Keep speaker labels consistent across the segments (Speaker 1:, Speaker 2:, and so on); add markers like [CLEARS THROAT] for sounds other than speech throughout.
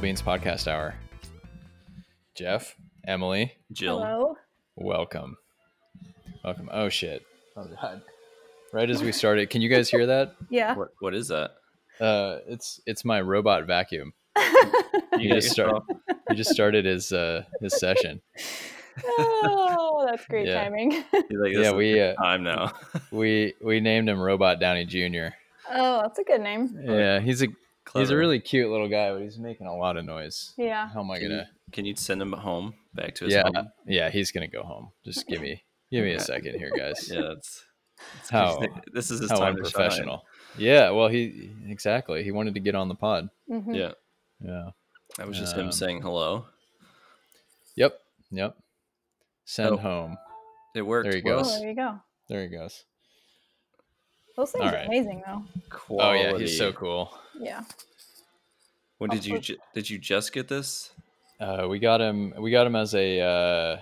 Speaker 1: Beans Podcast Hour. Jeff, Emily,
Speaker 2: Jill.
Speaker 3: Hello.
Speaker 1: welcome. Welcome. Oh shit. Oh god. Right as we started, can you guys hear that?
Speaker 3: Yeah.
Speaker 2: What, what is that?
Speaker 1: Uh it's it's my robot
Speaker 2: [LAUGHS]
Speaker 1: vacuum. You
Speaker 2: got
Speaker 1: just start
Speaker 2: yourself-
Speaker 1: he just started his uh his session.
Speaker 3: [LAUGHS] oh,
Speaker 1: [LAUGHS]
Speaker 3: that's great
Speaker 1: Yeah.
Speaker 3: timing.
Speaker 2: [LAUGHS]
Speaker 3: [LAUGHS]
Speaker 2: You're like, this
Speaker 1: Yeah,
Speaker 2: is
Speaker 1: we uh,
Speaker 2: time now.
Speaker 1: we we named him Robot Downey Jr.
Speaker 3: Oh, that's a good name.
Speaker 1: Yeah, he's a he's a
Speaker 2: [LAUGHS] Clever.
Speaker 1: really cute little guy, but he's making a lot of noise.
Speaker 3: Yeah.
Speaker 1: How am I
Speaker 2: Can you,
Speaker 1: gonna
Speaker 2: can you send him home back to his
Speaker 1: Yeah.
Speaker 2: home?
Speaker 1: Yeah, he's gonna go home. Just give me give me a
Speaker 2: Okay.
Speaker 1: second here, guys.
Speaker 2: Yeah, that's, that's
Speaker 1: How-
Speaker 2: this is his
Speaker 1: How
Speaker 2: time to shine.
Speaker 1: unprofessional. Yeah, well he exactly. He wanted to get on the pod.
Speaker 3: Mhm.
Speaker 2: Yeah,
Speaker 1: Yeah.
Speaker 2: that was just
Speaker 1: Um,
Speaker 2: him saying hello.
Speaker 1: Yep. Yep. Send
Speaker 2: Oh.
Speaker 1: home.
Speaker 2: It worked.
Speaker 1: there you
Speaker 3: Oh,
Speaker 1: go.
Speaker 2: Well,
Speaker 3: there you go.
Speaker 1: There he goes.
Speaker 3: Those things are
Speaker 1: Alright.
Speaker 3: amazing, though.
Speaker 2: Quality.
Speaker 1: Oh yeah, he's so cool.
Speaker 3: Yeah.
Speaker 2: When did you ju- did you just get this?
Speaker 1: Uh, we got him. We got him as a uh,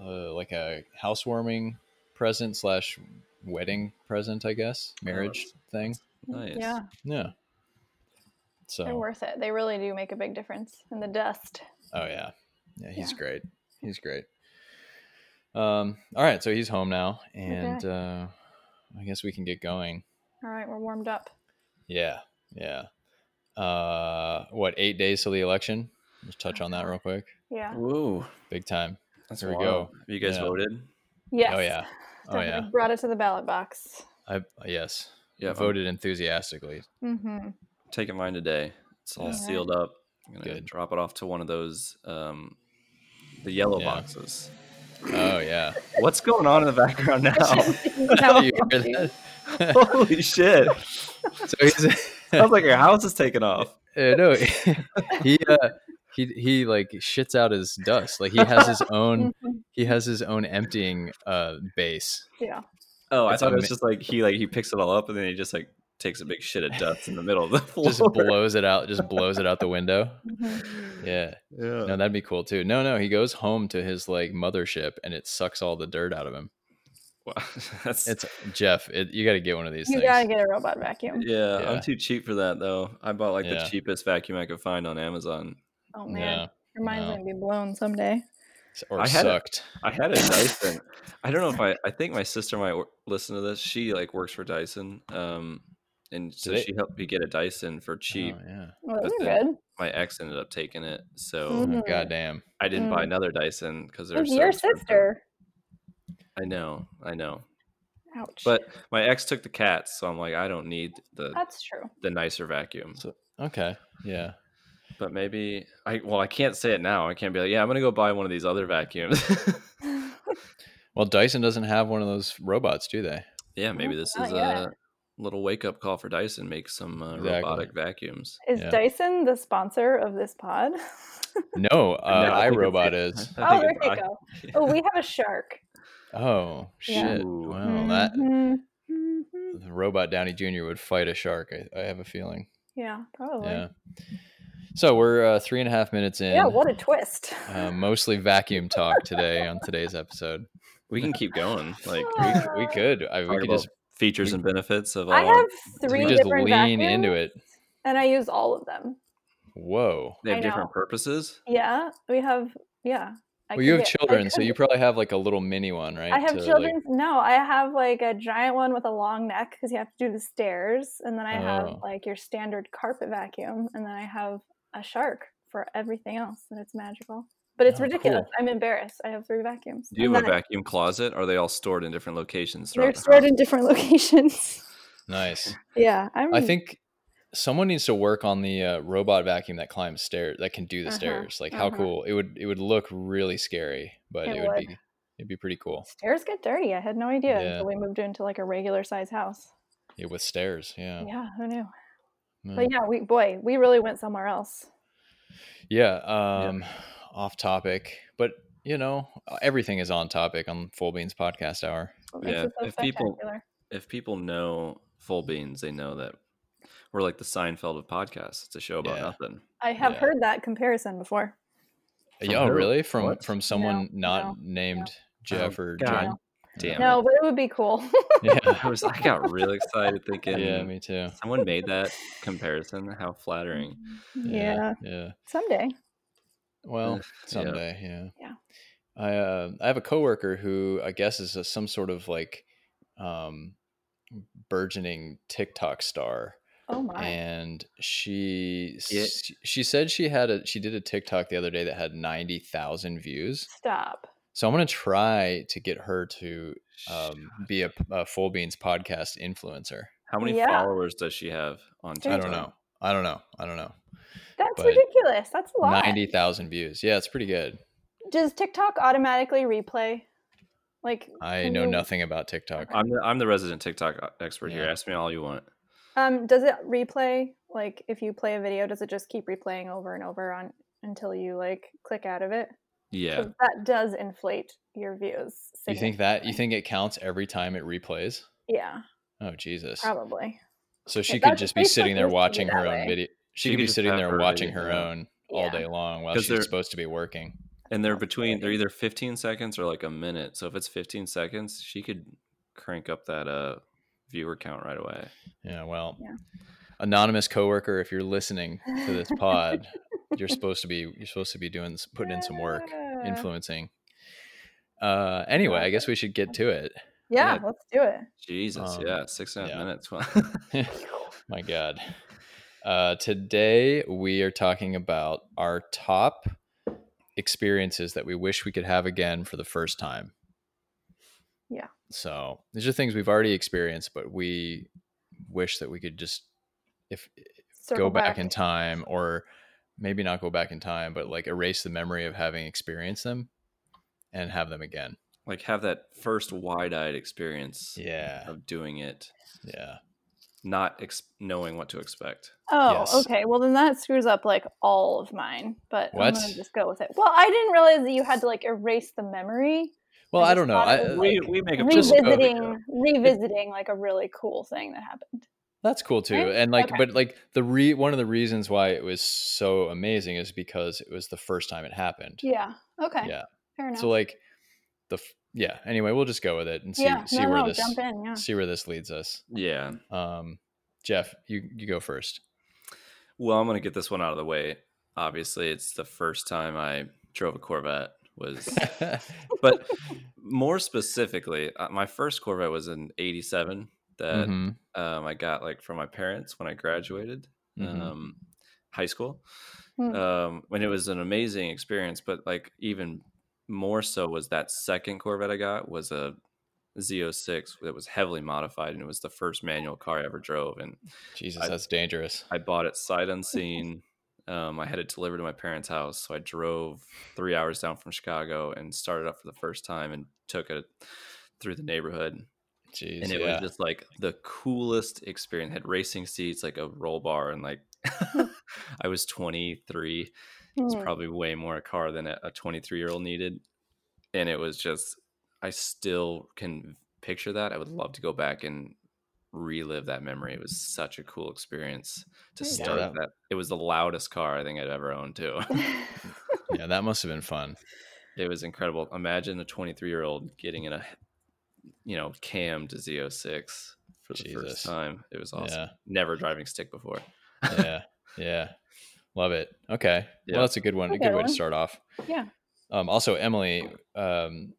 Speaker 1: uh, like a housewarming present slash wedding present, I guess,
Speaker 2: Oh,
Speaker 1: marriage thing.
Speaker 2: Nice.
Speaker 3: Yeah.
Speaker 1: Yeah.
Speaker 3: They're
Speaker 1: So,
Speaker 3: worth it. They really do make a big difference in the dust.
Speaker 1: oh yeah, yeah, he's
Speaker 3: Yeah.
Speaker 1: great. He's great. Um. All right, so he's home now, and uh, I guess we can get going.
Speaker 3: All right, we're warmed up.
Speaker 1: Yeah, yeah. Uh, what eight days till the election? Just touch on that real quick. Oh,
Speaker 3: Yeah.
Speaker 2: Whoa,
Speaker 1: Big time.
Speaker 2: that's
Speaker 1: There we
Speaker 2: wild.
Speaker 1: go.
Speaker 2: Have you guys
Speaker 1: Yeah.
Speaker 2: voted?
Speaker 3: Yes.
Speaker 1: Oh
Speaker 3: [LAUGHS]
Speaker 1: yeah. Oh
Speaker 3: Definitely
Speaker 1: yeah.
Speaker 3: Brought it to the ballot box.
Speaker 1: I yes.
Speaker 2: Yeah,
Speaker 1: I voted enthusiastically. [LAUGHS]
Speaker 3: Mm-hmm.
Speaker 2: I'm taking mine today. It's all
Speaker 3: Yeah.
Speaker 2: sealed up. I'm gonna
Speaker 1: Good.
Speaker 2: drop it off to one of those um, the yellow
Speaker 1: Yeah.
Speaker 2: boxes.
Speaker 1: Oh yeah. [LAUGHS]
Speaker 2: What's going on in the
Speaker 3: [LAUGHS]
Speaker 2: background now?
Speaker 1: Oh,
Speaker 2: [LAUGHS]
Speaker 1: You hear that?
Speaker 2: Holy shit!
Speaker 1: so he's [LAUGHS]
Speaker 2: Sounds like your house is taking off.
Speaker 1: uh, no [LAUGHS] he uh, he he like shits out his dust. Like he has his
Speaker 3: [LAUGHS]
Speaker 1: own
Speaker 3: Mm-hmm.
Speaker 1: he has his own emptying uh base.
Speaker 3: yeah.
Speaker 2: Oh, I
Speaker 1: It's
Speaker 2: thought it
Speaker 1: ama-
Speaker 2: was just like he like he picks it all up and then he just like takes a big shit of dust in the middle of the [LAUGHS] floor.
Speaker 1: Just blows it out. Just blows it out the window.
Speaker 3: Mhm.
Speaker 1: [LAUGHS] Yeah.
Speaker 2: yeah.
Speaker 1: No, that'd be cool too. No, no, he goes home to his like mothership and it sucks all the dirt out of him.
Speaker 2: Wow. [LAUGHS] That's
Speaker 1: It's Jeff. It, you got to get one of these
Speaker 3: You
Speaker 1: things.
Speaker 3: gotta get a robot vacuum.
Speaker 2: yeah,
Speaker 1: Yeah.
Speaker 2: I'm too cheap for that though. I bought like
Speaker 1: Yeah.
Speaker 2: the cheapest vacuum I could find on Amazon.
Speaker 3: Oh man,
Speaker 1: yeah.
Speaker 3: your mind's
Speaker 1: no.
Speaker 3: gonna be blown someday.
Speaker 1: Or
Speaker 2: I had a-
Speaker 1: sucked.
Speaker 2: I had a [LAUGHS] Dyson. I don't know if I I think my sister might wor- listen to this. She like works for Dyson. Um and so
Speaker 1: they-
Speaker 2: she helped me get a Dyson for cheap.
Speaker 1: Oh, yeah.
Speaker 3: Well, those
Speaker 2: That's
Speaker 3: are
Speaker 2: it.
Speaker 3: good.
Speaker 2: My ex ended up taking it, so
Speaker 3: Mm.
Speaker 1: Oh,
Speaker 3: Mhm.
Speaker 1: goddamn.
Speaker 2: I didn't buy
Speaker 3: Mm.
Speaker 2: another Dyson because they're
Speaker 3: With
Speaker 2: so
Speaker 3: your
Speaker 2: expensive.
Speaker 3: sister.
Speaker 2: I know, I know.
Speaker 3: Ouch.
Speaker 2: But my ex took the cats, so I'm like, I don't need the
Speaker 3: that's true. [LAUGHS]
Speaker 2: the nicer vacuum.
Speaker 1: So- Okay. Yeah.
Speaker 2: But maybe I well, I can't say it now. I can't be like, yeah, I'm gonna go buy one of these other vacuums. [LAUGHS]
Speaker 1: Well, Dyson doesn't have one of those robots, do they?
Speaker 2: yeah, maybe this
Speaker 3: not
Speaker 2: is
Speaker 3: yet.
Speaker 2: a little wake up call for Dyson. Make some uh,
Speaker 1: Exactly.
Speaker 2: robotic vacuums.
Speaker 3: Is
Speaker 1: Yeah.
Speaker 3: Dyson the sponsor of this
Speaker 1: [LAUGHS]
Speaker 3: pod?
Speaker 1: No, uh,
Speaker 2: No, I think it's-
Speaker 1: iRobot is.
Speaker 3: oh,
Speaker 2: I
Speaker 3: there
Speaker 2: think
Speaker 3: they
Speaker 2: it's-
Speaker 3: go.
Speaker 1: [LAUGHS]
Speaker 3: Oh, we have a shark.
Speaker 1: Oh
Speaker 3: Yeah.
Speaker 1: shit!
Speaker 2: Ooh.
Speaker 1: Wow, Oh, that
Speaker 3: Mhm. Mhm.
Speaker 1: the robot Downey Jr. would fight a shark. I, I have a feeling.
Speaker 3: Yeah, probably.
Speaker 1: Yeah. So we're uh, three and a half minutes in.
Speaker 3: Yeah, what a twist.
Speaker 1: uh, mostly vacuum talk today on today's episode.
Speaker 2: we can keep going. Like
Speaker 3: [LAUGHS]
Speaker 1: We, c- we could. I, we
Speaker 2: talk
Speaker 1: could
Speaker 2: about
Speaker 1: just
Speaker 2: features
Speaker 1: we-
Speaker 2: and benefits of all.
Speaker 3: [LAUGHS] I
Speaker 2: our,
Speaker 3: have three
Speaker 1: we just
Speaker 3: different
Speaker 1: lean
Speaker 3: vacuums,
Speaker 1: into it.
Speaker 3: and I use all of them.
Speaker 1: Whoa.
Speaker 2: they have
Speaker 3: I
Speaker 2: different
Speaker 3: know.
Speaker 2: purposes.
Speaker 3: Yeah, we have. Yeah. I
Speaker 1: well,
Speaker 3: could
Speaker 1: you have
Speaker 3: get- I
Speaker 1: children, so
Speaker 3: could-
Speaker 1: you probably have like a little mini one, right?
Speaker 3: I have
Speaker 1: to, like-
Speaker 3: children. no, I have like a giant one with a long neck because you have to do the stairs, and then I
Speaker 1: Oh.
Speaker 3: have like your standard carpet vacuum, and then I have a shark for everything else, and it's magical. But it's
Speaker 1: Oh,
Speaker 3: ridiculous.
Speaker 1: cool.
Speaker 3: I'm embarrassed. I have three vacuums.
Speaker 2: Do you
Speaker 3: and
Speaker 2: have a
Speaker 3: then I-
Speaker 2: vacuum closet? Are they all stored in different locations?
Speaker 3: They're
Speaker 2: Throughout the
Speaker 3: stored
Speaker 2: house?
Speaker 3: in different [LAUGHS] locations.
Speaker 1: nice.
Speaker 3: yeah, I'm.
Speaker 1: I think someone needs to work on the uh, robot vacuum that climbs stairs that can do the
Speaker 3: Uh-huh,
Speaker 1: stairs. Like how
Speaker 3: uh-huh.
Speaker 1: cool it would it would look really scary, but it,
Speaker 3: It
Speaker 1: would,
Speaker 3: would.
Speaker 1: be it'd be pretty cool.
Speaker 3: stairs get dirty. I had no idea
Speaker 1: Yeah.
Speaker 3: until we moved into like a regular size house.
Speaker 1: Yeah, with stairs. Yeah. Hmm. mm.
Speaker 3: Yeah, who knew?
Speaker 1: Yeah.
Speaker 3: But yeah, we boy, we really went somewhere else.
Speaker 1: Yeah, um off topic, but you know, uh, everything is on topic on Full Beans podcast hour.
Speaker 3: What makes
Speaker 2: Yeah,
Speaker 3: it so
Speaker 2: if people-
Speaker 3: spectacular.
Speaker 2: If people know full beans, they know that we're like the Seinfeld of podcasts. It's a show about
Speaker 1: Yeah.
Speaker 2: nothing.
Speaker 3: I have
Speaker 1: yeah.
Speaker 3: heard that comparison before.
Speaker 1: yeah, oh,
Speaker 2: who?
Speaker 1: really? From
Speaker 2: What? Oh,
Speaker 1: from someone
Speaker 3: No,
Speaker 1: not named
Speaker 3: no.
Speaker 1: Jeff or
Speaker 3: [LAUGHS]
Speaker 2: God.
Speaker 1: John.
Speaker 2: Damn.
Speaker 3: no,
Speaker 2: it.
Speaker 3: but it would be cool. [LAUGHS]
Speaker 2: [LAUGHS]
Speaker 1: yeah,
Speaker 2: I was I got really excited thinking
Speaker 1: yeah, me too.
Speaker 2: someone made that comparison. How flattering.
Speaker 3: yeah.
Speaker 1: yeah.
Speaker 3: Someday.
Speaker 1: Well,
Speaker 2: Yeah.
Speaker 1: someday, yeah.
Speaker 3: Yeah.
Speaker 1: I uh, I have a coworker who I guess is a, some sort of like um burgeoning TikTok star
Speaker 3: Oh my.
Speaker 1: and she s-
Speaker 2: Yeah.
Speaker 1: she said she had a she did a TikTok the other day that had 90,000 views.
Speaker 3: Stop.
Speaker 1: So I'm going to try to get her to um,
Speaker 2: Shit.
Speaker 1: be a, a Full Beans podcast influencer.
Speaker 2: How many
Speaker 3: Yeah.
Speaker 2: followers does she have on TikTok?
Speaker 1: I don't know. I don't know. I don't know.
Speaker 3: That's
Speaker 1: But
Speaker 3: ridiculous. That's a lot.
Speaker 1: 90,000 views. Yeah, it's pretty good.
Speaker 3: Does TikTok automatically replay? Like
Speaker 1: I
Speaker 3: Can
Speaker 1: know
Speaker 3: you-
Speaker 1: nothing about TikTok.
Speaker 2: I'm the, I'm the resident TikTok uh, expert here.
Speaker 1: Yeah.
Speaker 2: Ask me all you want.
Speaker 3: um does it replay? Like if you play a video, does it just keep replaying over and over on until you like click out of it?
Speaker 2: Yeah.
Speaker 3: 'Cause That does inflate your views.
Speaker 1: You think that you
Speaker 3: significantly.
Speaker 1: think it counts every time it replays?
Speaker 3: Yeah,
Speaker 1: Oh Jesus!
Speaker 3: probably.
Speaker 1: So she
Speaker 3: It
Speaker 1: could
Speaker 3: does-
Speaker 1: just be
Speaker 3: Facebook
Speaker 1: sitting there
Speaker 3: used to be
Speaker 1: watching her
Speaker 3: that
Speaker 1: own
Speaker 3: way.
Speaker 1: video. She,
Speaker 2: She
Speaker 1: could
Speaker 2: could
Speaker 1: be
Speaker 2: just
Speaker 1: sitting
Speaker 2: have
Speaker 1: there
Speaker 2: her
Speaker 1: watching
Speaker 2: video
Speaker 1: her
Speaker 2: up.
Speaker 1: own all
Speaker 3: Yeah.
Speaker 1: day long while
Speaker 2: 'Cause
Speaker 1: she's
Speaker 2: they're-
Speaker 1: supposed to be working.
Speaker 2: And they're
Speaker 3: That's
Speaker 2: between they're
Speaker 3: crazy.
Speaker 2: either 15 seconds or like a minute. So if it's 15 seconds, she could crank up that uh viewer count right away.
Speaker 1: Yeah. Well,
Speaker 3: Yeah.
Speaker 1: anonymous coworker, if you're listening to this
Speaker 3: [LAUGHS]
Speaker 1: pod, you're supposed to be you're supposed to be doing s- putting in some work,
Speaker 3: Yeah.
Speaker 1: influencing. Uh, anyway, I guess we should get to it.
Speaker 3: Yeah,
Speaker 2: Yeah.
Speaker 3: let's do it.
Speaker 2: Jesus,
Speaker 1: Um,
Speaker 2: yeah, six and a half
Speaker 1: yeah.
Speaker 2: minutes. [LAUGHS]
Speaker 1: [LAUGHS] My God. Uh, today we are talking about our top experiences that we wish we could have again for the first time.
Speaker 3: Yeah.
Speaker 1: So these are things we've already experienced, but we wish that we could just if
Speaker 3: Circle
Speaker 1: go back, in time or maybe not go back in time, but like erase the memory of having experienced them and have them again.
Speaker 2: like have that first wide-eyed experience
Speaker 1: Yeah.
Speaker 2: of doing it,
Speaker 1: Yeah.
Speaker 2: not ex- knowing what to expect.
Speaker 3: Oh,
Speaker 1: Yes.
Speaker 3: okay. Well, then that screws up like all of mine. But
Speaker 1: What?
Speaker 3: I'm gonna just go with it. Well, I didn't realize that you had to like erase the memory.
Speaker 1: Well,
Speaker 3: I
Speaker 1: I,
Speaker 3: just
Speaker 1: don't know.
Speaker 3: thought
Speaker 1: I,
Speaker 3: it was
Speaker 2: Uh, we,
Speaker 1: like-
Speaker 2: we make a
Speaker 1: Just go.
Speaker 3: Revisiting, revisiting like a really cool thing that happened.
Speaker 1: That's cool too.
Speaker 3: Right?
Speaker 1: And like
Speaker 3: Okay.
Speaker 1: but like the re one of the reasons why it was so amazing is because it was the first time it happened.
Speaker 3: Yeah. Okay.
Speaker 1: Yeah.
Speaker 3: Fair enough.
Speaker 1: So like the f- yeah, anyway, we'll just go with it and see
Speaker 3: yeah.
Speaker 1: see
Speaker 3: no,
Speaker 1: where
Speaker 3: no,
Speaker 1: this
Speaker 3: jump in. Yeah.
Speaker 1: see where this leads us.
Speaker 2: Yeah.
Speaker 1: Um Jeff, you you go first. [LAUGHS]
Speaker 2: Well, I'm gonna get this one out of the way. Obviously, it's the first time I drove a Corvette
Speaker 1: [LAUGHS]
Speaker 2: was but more specifically, uh, my first Corvette was in '87 that
Speaker 1: Mhm,
Speaker 2: um, I got like from my parents when I graduated
Speaker 1: mhm.
Speaker 2: um, high school.
Speaker 3: Hmm.
Speaker 2: Um, and it was an amazing experience, but like even more so was that second Corvette I got was a Z06 that was heavily modified, and it was the first manual car I ever drove, and
Speaker 1: Jesus,
Speaker 2: I-
Speaker 1: that's dangerous.
Speaker 2: I bought it sight unseen. Um, I had it delivered to my parents' house, so I drove three hours down from Chicago and started up for the first time and took it through the neighborhood.
Speaker 1: Jeez.
Speaker 2: And it
Speaker 1: yeah.
Speaker 2: was just like the coolest experience. had racing seats, like a roll bar, and like
Speaker 1: Hmm.
Speaker 2: [LAUGHS] I was 23. It's
Speaker 3: Hmm.
Speaker 2: probably way more a car than a 23 year old needed. And it was just, I still can picture that. I would love to go back and relive that memory. It was such a cool experience to
Speaker 3: Yeah.
Speaker 2: start
Speaker 1: Yeah.
Speaker 2: that. It was the loudest car I think I'd ever owned too. [LAUGHS]
Speaker 1: yeah, that must have been fun.
Speaker 2: it was incredible. Imagine a 23 year old getting in a, you know, cam to Z06 for the
Speaker 1: Jesus.
Speaker 2: first time. It was awesome.
Speaker 1: Yeah.
Speaker 2: Never driving stick before.
Speaker 1: Yeah. yeah. Love it. Okay.
Speaker 2: Yeah.
Speaker 1: Well, that's a good one. A
Speaker 3: Okay,
Speaker 1: good way to
Speaker 3: one.
Speaker 1: start off.
Speaker 3: [LAUGHS] yeah.
Speaker 1: Um, also, Emily, um,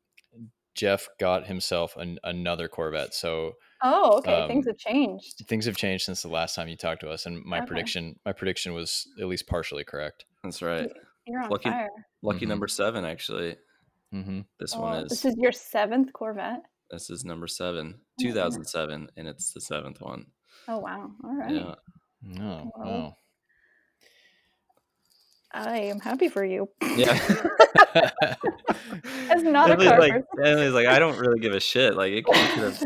Speaker 1: Jeff got himself an, another Corvette. So
Speaker 3: Oh, okay.
Speaker 1: Um,
Speaker 3: Things have changed.
Speaker 1: things have changed since the last time you talked to us, and my
Speaker 3: Okay.
Speaker 1: prediction, my prediction was at least partially correct.
Speaker 2: That's right.
Speaker 3: You're on
Speaker 2: lucky-
Speaker 3: fire.
Speaker 2: Lucky
Speaker 1: Mhm.
Speaker 2: number seven, actually.
Speaker 1: hmm
Speaker 2: This
Speaker 3: Oh,
Speaker 2: one is.
Speaker 3: This is your seventh Corvette.
Speaker 2: This is number seven,
Speaker 3: Oh, yeah.
Speaker 2: 2007, and it's the seventh one.
Speaker 3: Oh wow. All right.
Speaker 2: Yeah.
Speaker 1: No,
Speaker 3: Well.
Speaker 1: no. [LAUGHS]
Speaker 3: I am happy for you.
Speaker 2: Yeah.
Speaker 3: [LAUGHS]
Speaker 2: [LAUGHS]
Speaker 3: That's not a
Speaker 2: Emily's
Speaker 3: car
Speaker 2: like,
Speaker 3: person.
Speaker 2: Emily's like, I don't really give a shit. Like, it could
Speaker 3: [LAUGHS]
Speaker 2: have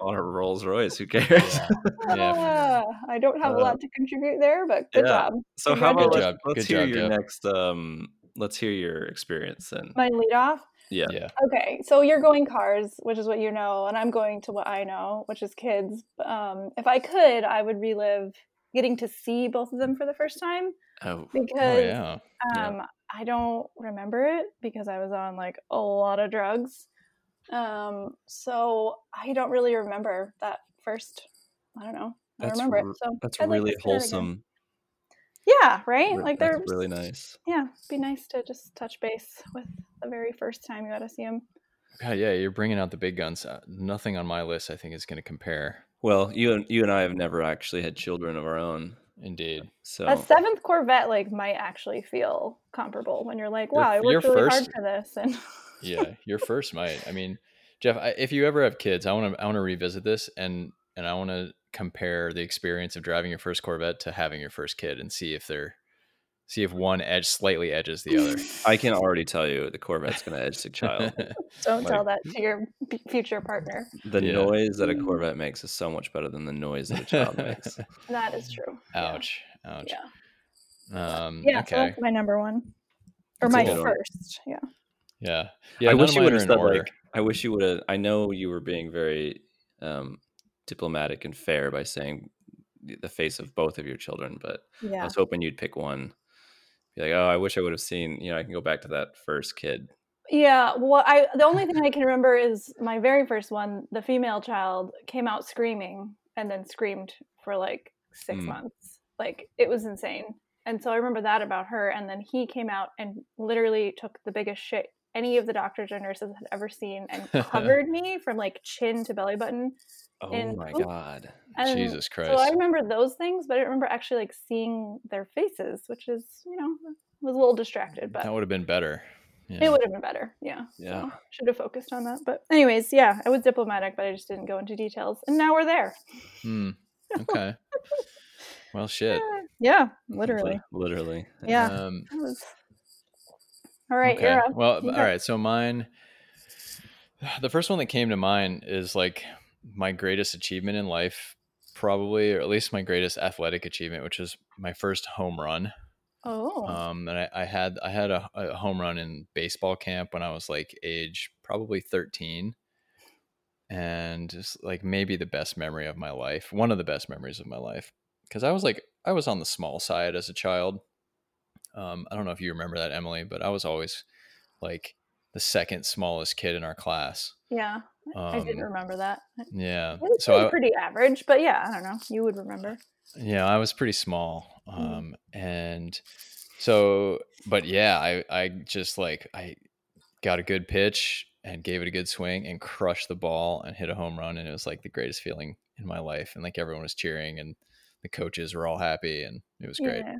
Speaker 2: on a Rolls Royce. Who cares?
Speaker 1: Yeah. Yeah.
Speaker 3: [LAUGHS] Ah, I don't have a
Speaker 2: Uh,
Speaker 3: lot to contribute there, but good
Speaker 2: yeah.
Speaker 3: job.
Speaker 2: So, how about
Speaker 1: Good
Speaker 2: let's,
Speaker 1: job.
Speaker 2: let's
Speaker 1: Good
Speaker 2: hear
Speaker 1: job,
Speaker 2: your
Speaker 1: Jeff.
Speaker 2: next? Um, let's hear your experience then.
Speaker 3: My lead off.
Speaker 2: Yeah.
Speaker 1: Yeah. Oh,
Speaker 3: Okay, so you're going cars, which is what you know, and I'm going to what I know, which is kids. Um, if I could, I would relive getting to see both of them for the first time
Speaker 2: Oh,
Speaker 1: Oh
Speaker 3: because
Speaker 1: yeah.
Speaker 2: Yeah.
Speaker 3: um, I don't remember it because I was on like a lot of drugs. Um, so I don't really remember that first. I don't know. I
Speaker 2: That's
Speaker 3: don't remember
Speaker 2: re-
Speaker 3: it. So
Speaker 2: That's
Speaker 3: I'd like to
Speaker 2: really
Speaker 3: see that again.
Speaker 2: wholesome.
Speaker 3: Yeah, right.
Speaker 2: Re-
Speaker 3: Like
Speaker 2: that's
Speaker 3: they're
Speaker 2: really nice.
Speaker 3: Yeah, be nice to just touch base with the very first time you got to see him.
Speaker 1: God, yeah, you're bringing out the big guns. Uh, nothing on my list, I think, is going to compare.
Speaker 2: Well, you and you and I have never actually had children of our own,
Speaker 1: Indeed.
Speaker 2: so
Speaker 3: A seventh Corvette like might actually feel comparable when you're like,
Speaker 1: Your-
Speaker 3: wow, I
Speaker 1: your
Speaker 3: worked really hard
Speaker 1: first-
Speaker 3: for this, and
Speaker 1: Yeah, your first might. I mean, Jeff, I, if you ever have kids, I want to I want to revisit this and and I want to compare the experience of driving your first Corvette to having your first kid and see if they're see if one edge slightly edges [LAUGHS] the
Speaker 3: [LAUGHS]
Speaker 1: other.
Speaker 2: I can already tell you the Corvette's going to edge the [LAUGHS] child.
Speaker 3: don't
Speaker 2: Like-
Speaker 3: tell that to your b- future partner.
Speaker 2: The
Speaker 1: Yeah.
Speaker 2: noise that a Corvette makes is so much better than the noise that a child [LAUGHS] makes.
Speaker 3: That is true. Yeah.
Speaker 1: Ouch. Ouch.
Speaker 3: Yeah.
Speaker 1: Um,
Speaker 3: Yeah, so
Speaker 1: okay.
Speaker 3: that's my number one. Or
Speaker 2: That's a
Speaker 3: my
Speaker 2: good one.
Speaker 3: first. Yeah.
Speaker 1: yeah. Yeah.
Speaker 2: I
Speaker 1: none
Speaker 2: wish
Speaker 1: of
Speaker 2: you
Speaker 1: mine
Speaker 2: would
Speaker 1: are
Speaker 2: have
Speaker 1: in
Speaker 2: said
Speaker 1: order.
Speaker 2: like. I wish you would have. I know you were being very um, diplomatic and fair by saying the the face of both of your children, but I
Speaker 3: Yeah.
Speaker 2: was hoping you'd pick one. Be like, oh, I wish I would have seen. You know, I can go back to that first kid.
Speaker 3: Yeah. Well, I the only thing I can remember is my very first one, the female child came out screaming and then screamed for like six
Speaker 1: Hmm.
Speaker 2: Mm.
Speaker 3: months. Like it was insane. And so I remember that about her. And then he came out and literally took the biggest shit any of the doctors or nurses had ever seen
Speaker 1: [LAUGHS]
Speaker 3: and covered me from like chin to belly button.
Speaker 2: Oh
Speaker 3: And-
Speaker 2: my
Speaker 3: oh.
Speaker 2: god!
Speaker 3: And
Speaker 1: Jesus Christ.
Speaker 3: So I remember those things, but I don't remember actually like seeing their faces, which is, you know, was a little distracted, but
Speaker 1: that would have been better. Yeah.
Speaker 3: it would have been better. Yeah.
Speaker 2: Yeah.
Speaker 3: So should have Oh, focused on that. But anyways, yeah, I was diplomatic, but I just didn't go into details. And now we're there. [LAUGHS]
Speaker 1: Hmm. Okay. well, shit.
Speaker 3: Ah, Yeah, literally.
Speaker 2: literally.
Speaker 3: Yeah.
Speaker 1: Um,
Speaker 3: That was... All right,
Speaker 1: okay.
Speaker 3: you're up.
Speaker 1: Well,
Speaker 3: You
Speaker 1: all
Speaker 3: go.
Speaker 1: right. So mine, the first one that came to mind is like my greatest achievement in life, probably, or at least my greatest athletic achievement, which is my first home run.
Speaker 3: Oh.
Speaker 1: Um, and I, I had I had a, a home run in baseball camp when I was like age probably thirteen, and just like maybe the best memory of my life, one of the best memories of my life, because I was like I was on the small side as a child. Um, I don't know if you remember that Emily, but I was always like the second smallest kid in our class.
Speaker 3: yeah.
Speaker 1: Um,
Speaker 3: I didn't remember that. It
Speaker 1: Yeah,
Speaker 3: was
Speaker 1: so I,
Speaker 3: pretty average, but yeah, I don't know. You would remember.
Speaker 1: Yeah, I was pretty small.
Speaker 3: Mm.
Speaker 1: Um and so but yeah, I I just like I got a good pitch and gave it a good swing and crushed the ball and hit a home run and it was like the greatest feeling in my life and like everyone was cheering and the coaches were all happy and it was great. um,
Speaker 3: Yeah.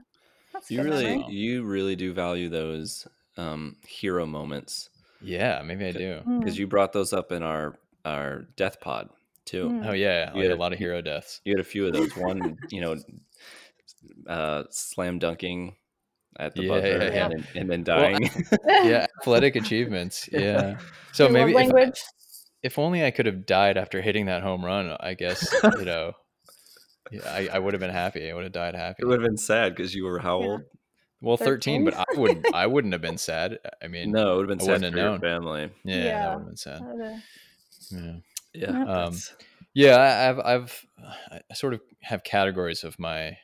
Speaker 3: That's
Speaker 2: You
Speaker 3: good
Speaker 2: really,
Speaker 3: memory.
Speaker 2: you really do value those um, hero moments
Speaker 1: Yeah, maybe I
Speaker 2: Good.
Speaker 1: do.
Speaker 3: mm. Hmm.
Speaker 2: because you brought those up in our our death pod too.
Speaker 3: Mm.
Speaker 1: Oh yeah,
Speaker 2: You
Speaker 1: like a
Speaker 2: had-
Speaker 1: lot of hero deaths.
Speaker 3: [LAUGHS]
Speaker 2: You had a few of those. One, you know, uh, slam dunking at the
Speaker 1: Yeah,
Speaker 2: buzzer
Speaker 1: yeah,
Speaker 3: yeah.
Speaker 2: And, then, and then
Speaker 1: Well, I-
Speaker 2: dying.
Speaker 3: Mm. [LAUGHS]
Speaker 1: Yeah, athletic achievements. Yeah. So
Speaker 3: Your love
Speaker 1: maybe if, [LAUGHS]
Speaker 3: language.
Speaker 1: if only I could have died after hitting that home run, I guess, you know, yeah, I, I would have been happy. I would have died happy.
Speaker 2: it would have been sad because you were how
Speaker 3: Yeah.
Speaker 2: old?
Speaker 1: Well, 13,
Speaker 3: 13?
Speaker 1: but I wouldn't I wouldn't have been sad. I mean,
Speaker 2: No, it would
Speaker 1: I
Speaker 2: have been sad for
Speaker 1: wouldn't
Speaker 2: your
Speaker 1: have known.
Speaker 2: family.
Speaker 1: yeah, that
Speaker 3: Yeah.
Speaker 1: would have been sad.
Speaker 3: Uh,
Speaker 1: [LAUGHS] Yeah.
Speaker 2: Yeah.
Speaker 3: Yep. Um,
Speaker 2: that's-
Speaker 1: Yeah, I, I've I've I sort of have categories of my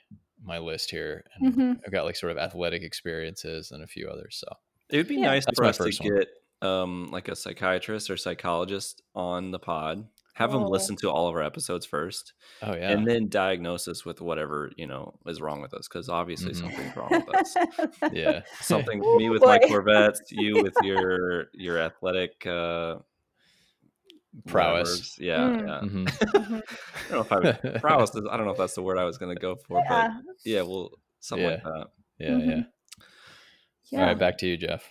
Speaker 1: my list here and
Speaker 3: Mhm.
Speaker 1: I've got like sort of athletic experiences and a few others, so.
Speaker 2: it would be
Speaker 3: yeah.
Speaker 2: nice
Speaker 1: That's
Speaker 2: for
Speaker 1: my
Speaker 2: us to
Speaker 1: first one.
Speaker 2: get um, like a psychiatrist or psychologist on the pod. Have them
Speaker 3: Oh.
Speaker 2: listen to all of our episodes first,
Speaker 1: Oh yeah.
Speaker 2: and then diagnose us with whatever you know is wrong with us. Because obviously
Speaker 1: Mhm.
Speaker 2: something's wrong with
Speaker 3: [LAUGHS]
Speaker 2: us.
Speaker 1: yeah.
Speaker 2: Something
Speaker 3: Oh,
Speaker 2: me with my
Speaker 3: boy.
Speaker 2: Corvettes, you
Speaker 3: [LAUGHS]
Speaker 2: with your your athletic uh,
Speaker 1: Prowess.
Speaker 2: whatevers. Yeah,
Speaker 3: Mm.
Speaker 2: yeah.
Speaker 1: Mhm. [LAUGHS]
Speaker 2: [LAUGHS]
Speaker 3: Mhm.
Speaker 2: I don't know if I prowess is, I don't know if that's the word I was going to go for,
Speaker 3: yeah.
Speaker 2: but yeah, well, something like that.
Speaker 1: Yeah,
Speaker 3: Mhm.
Speaker 1: yeah.
Speaker 3: Yeah.
Speaker 1: All right, back to you, Jeff.